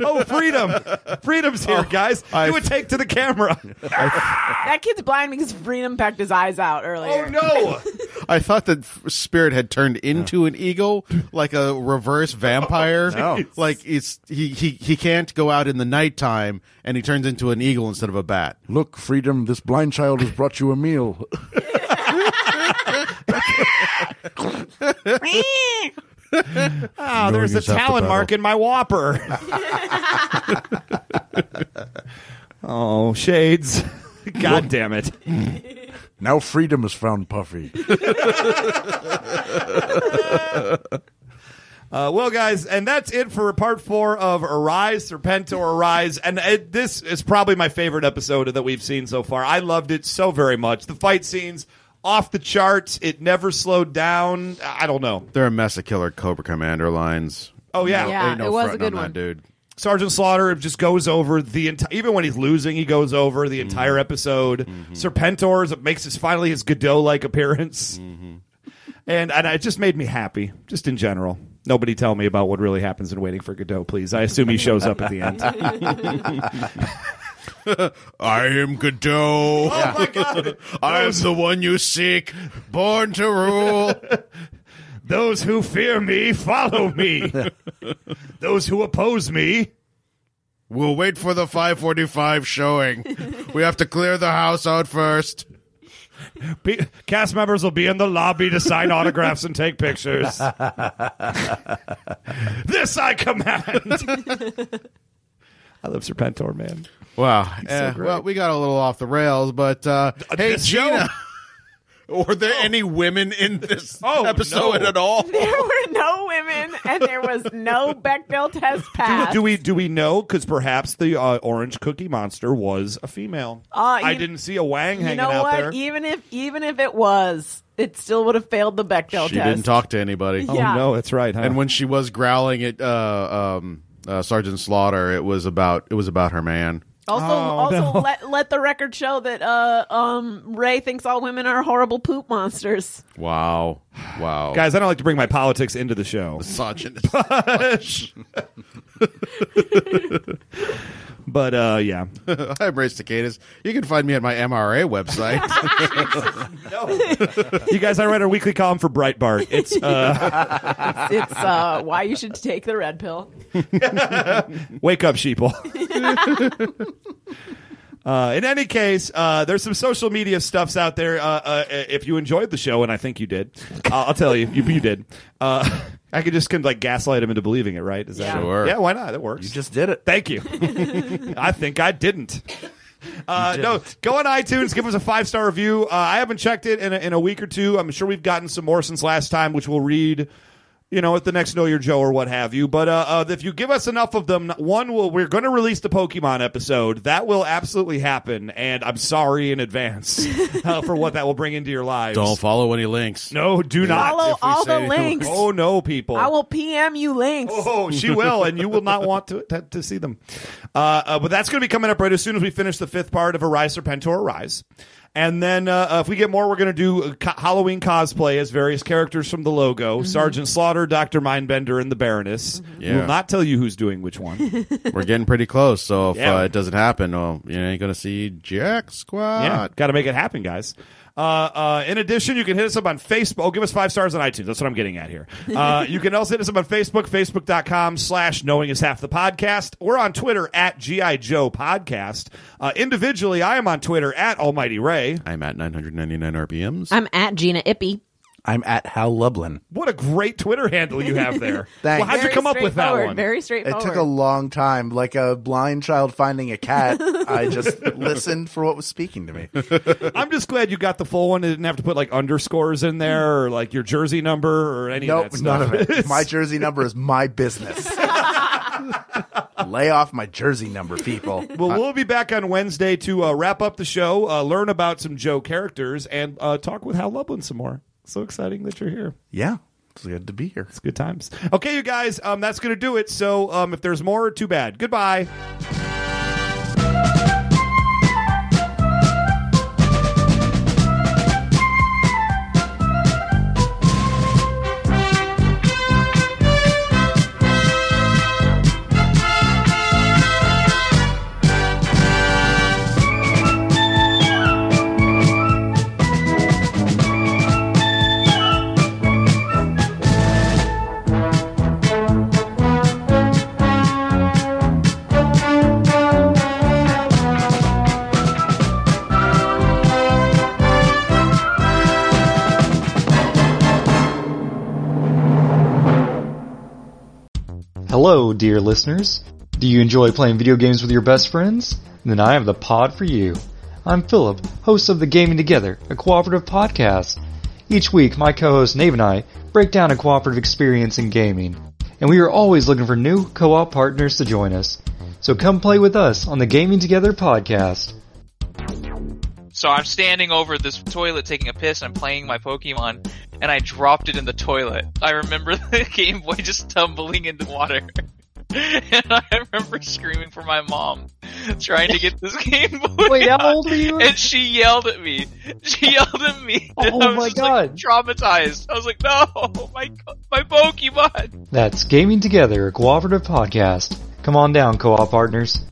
Oh, freedom! Freedom's here, guys.
I-
Do a take to the camera.
that kid's blind because Freedom pecked his eyes out earlier.
Oh no!
I thought that f- spirit had turned into an eagle, like a reverse vampire.
No.
Like it's he, he he can't go out in the nighttime, and he turns into an eagle instead of a bat.
Look, Freedom, this blind child has brought you a meal.
Oh,
Ah, there's a
yourself to
talon
battle.
mark in my whopper. oh, shades. God damn it.
Now Freedom has found Puffy.
Uh, well, guys, and that's it for part four of Arise, Serpentor Arise. And it, this is probably my favorite episode that we've seen so far. I loved it so very much. The fight scenes off the charts. It never slowed down. I don't know.
There are Messa Killer Cobra Commander lines.
Oh, yeah.
Yeah,
Ain't no
Uh, it was a
fronting
good
on
one.
that, dude.
Sergeant Slaughter just goes over the entire. Even when he's losing, he goes over the entire episode. Serpentor is- makes his finally his Godot like appearance, and and it just made me happy, just in general. Nobody tell me about what really happens in Waiting for Godot, please. I assume he shows up at the end.
I am Godot.
Oh my god!
I am the one you seek, born to rule.
Those who fear me follow me. Those who oppose me.
We'll wait for the 545 showing. We have to clear the house out first.
Pe- cast members will be in the lobby to sign autographs and take pictures. this I command. I love Serpentor, man.
Wow. Eh,
great.
well, we got a little off the rails, but uh, hey,
this show?
Gina. Oh. Were there any women in this
Oh,
episode
no.
at all?
There were no women, and there was no Bechdel test passed.
Do we do we know? Because perhaps the uh, orange cookie monster was a female.
Uh, you-
I didn't see a Wang
you
hanging
know
out
what?
there.
Even if even if it was, it still would have failed the Bechdel
She
test.
didn't talk to anybody.
Oh, Yeah.
No, that's right. Huh?
And when she was growling at uh, um, uh, Sergeant Slaughter, it was about it was about her man.
Oh,
Also, also let let the record show that uh, um, Ray thinks all women are horrible poop monsters.
Wow, wow,
Guys, I don't like to bring my politics into the show.
misogynist.
But uh, yeah.
I'm Ray Cicadas. You can find me at my MRA website.
you guys, I write a weekly column for Breitbart. It's uh,
It's uh, why you should take the red pill.
Wake Up Sheeple. Uh, in any case, uh, there's some social media stuffs out there. Uh, uh, if you enjoyed the show, and I think you did, Uh, I'll, I'll tell you, you, you did. Uh, I could just kind of like gaslight him into believing it, right? Is that
Yeah.
Sure.
Yeah, why not? That works.
You just did it.
Thank you. I think I didn't. Uh, no, go on iTunes, give us a five star review. Uh, I haven't checked it in a, in a week or two. I'm sure we've gotten some more since last time, which we'll read, you know, at the next Know Your Joe or what have you. But uh, uh, if you give us enough of them, one will we're going to release the Pokemon episode. That will absolutely happen, and I'm sorry in advance uh, for what that will bring into your lives.
Don't follow any links.
no, do not.
Follow
if we
all the
say-
links.
Oh no, people!
I will PM you links.
Oh, she will, and you will not want to to, to see them. Uh, uh, but that's going to be coming up right as soon as we finish the fifth part of Arise Serpentor Arise. And then uh, uh, if we get more, we're going to do uh, co- Halloween cosplay as various characters from the logo Sergeant Slaughter, Dr. Mindbender, and the Baroness. We
Yeah.
will not tell you who's doing which one.
We're getting pretty close, so if
Yeah.
oh, uh, it doesn't happen, well, you ain't gonna see Jack Squad.
yeah, got to make it happen, guys. Uh, uh, in addition, you can hit us up on Facebook. Oh, give us five stars on iTunes. That's what I'm getting at here. Uh, you can also hit us up on Facebook, facebook.com slash knowing is half the podcast. We're on Twitter at G.I. Joe Podcast. Uh, individually, I am on Twitter at Almighty Ray.
I'm at 999 RPMs.
I'm at Gina Ippy.
I'm at Hal Lublin.
What a great Twitter handle you have there.
Thanks.
Well, how'd you
Very
come up with that
straightforward,
one?
very
It
straightforward.
took a long time, like a blind child finding a cat. I just listened for what was speaking to me.
I'm just glad you got the full one. It didn't have to put like underscores in there or like your jersey number or any of
Nope,
that stuff.
none of it. My jersey number is my business. Lay off my jersey number, people.
well, we'll be back on Wednesday to uh, wrap up the show, uh, learn about some Joe characters, and uh, talk with Hal Lublin some more. So exciting that you're here.
yeah, it's good to be here. It's
good times. Okay, you guys, um, that's going to do it. So um, if there's more, too bad. Goodbye.
Hello, dear listeners. Do you enjoy playing video games with your best friends? Then I have the pod for you. I'm Philip, host of the Gaming Together, a cooperative podcast. Each week, my co-host Nave and I break down a cooperative experience in gaming, and we are always looking for new co-op partners to join us. So come play with us on the Gaming Together podcast.
So I'm standing over this toilet taking a piss. I'm playing my Pokemon, and I dropped it in the toilet. I remember the Game Boy just tumbling into water, and I remember screaming for my mom, trying to get this Game Boy.
Wait, how old were you?
And she yelled at me. She yelled at me. and
Oh
I was
my
just, like, traumatized. I was like, "No, my my Pokemon."
That's Gaming Together, a cooperative podcast. Come on down, co-op partners.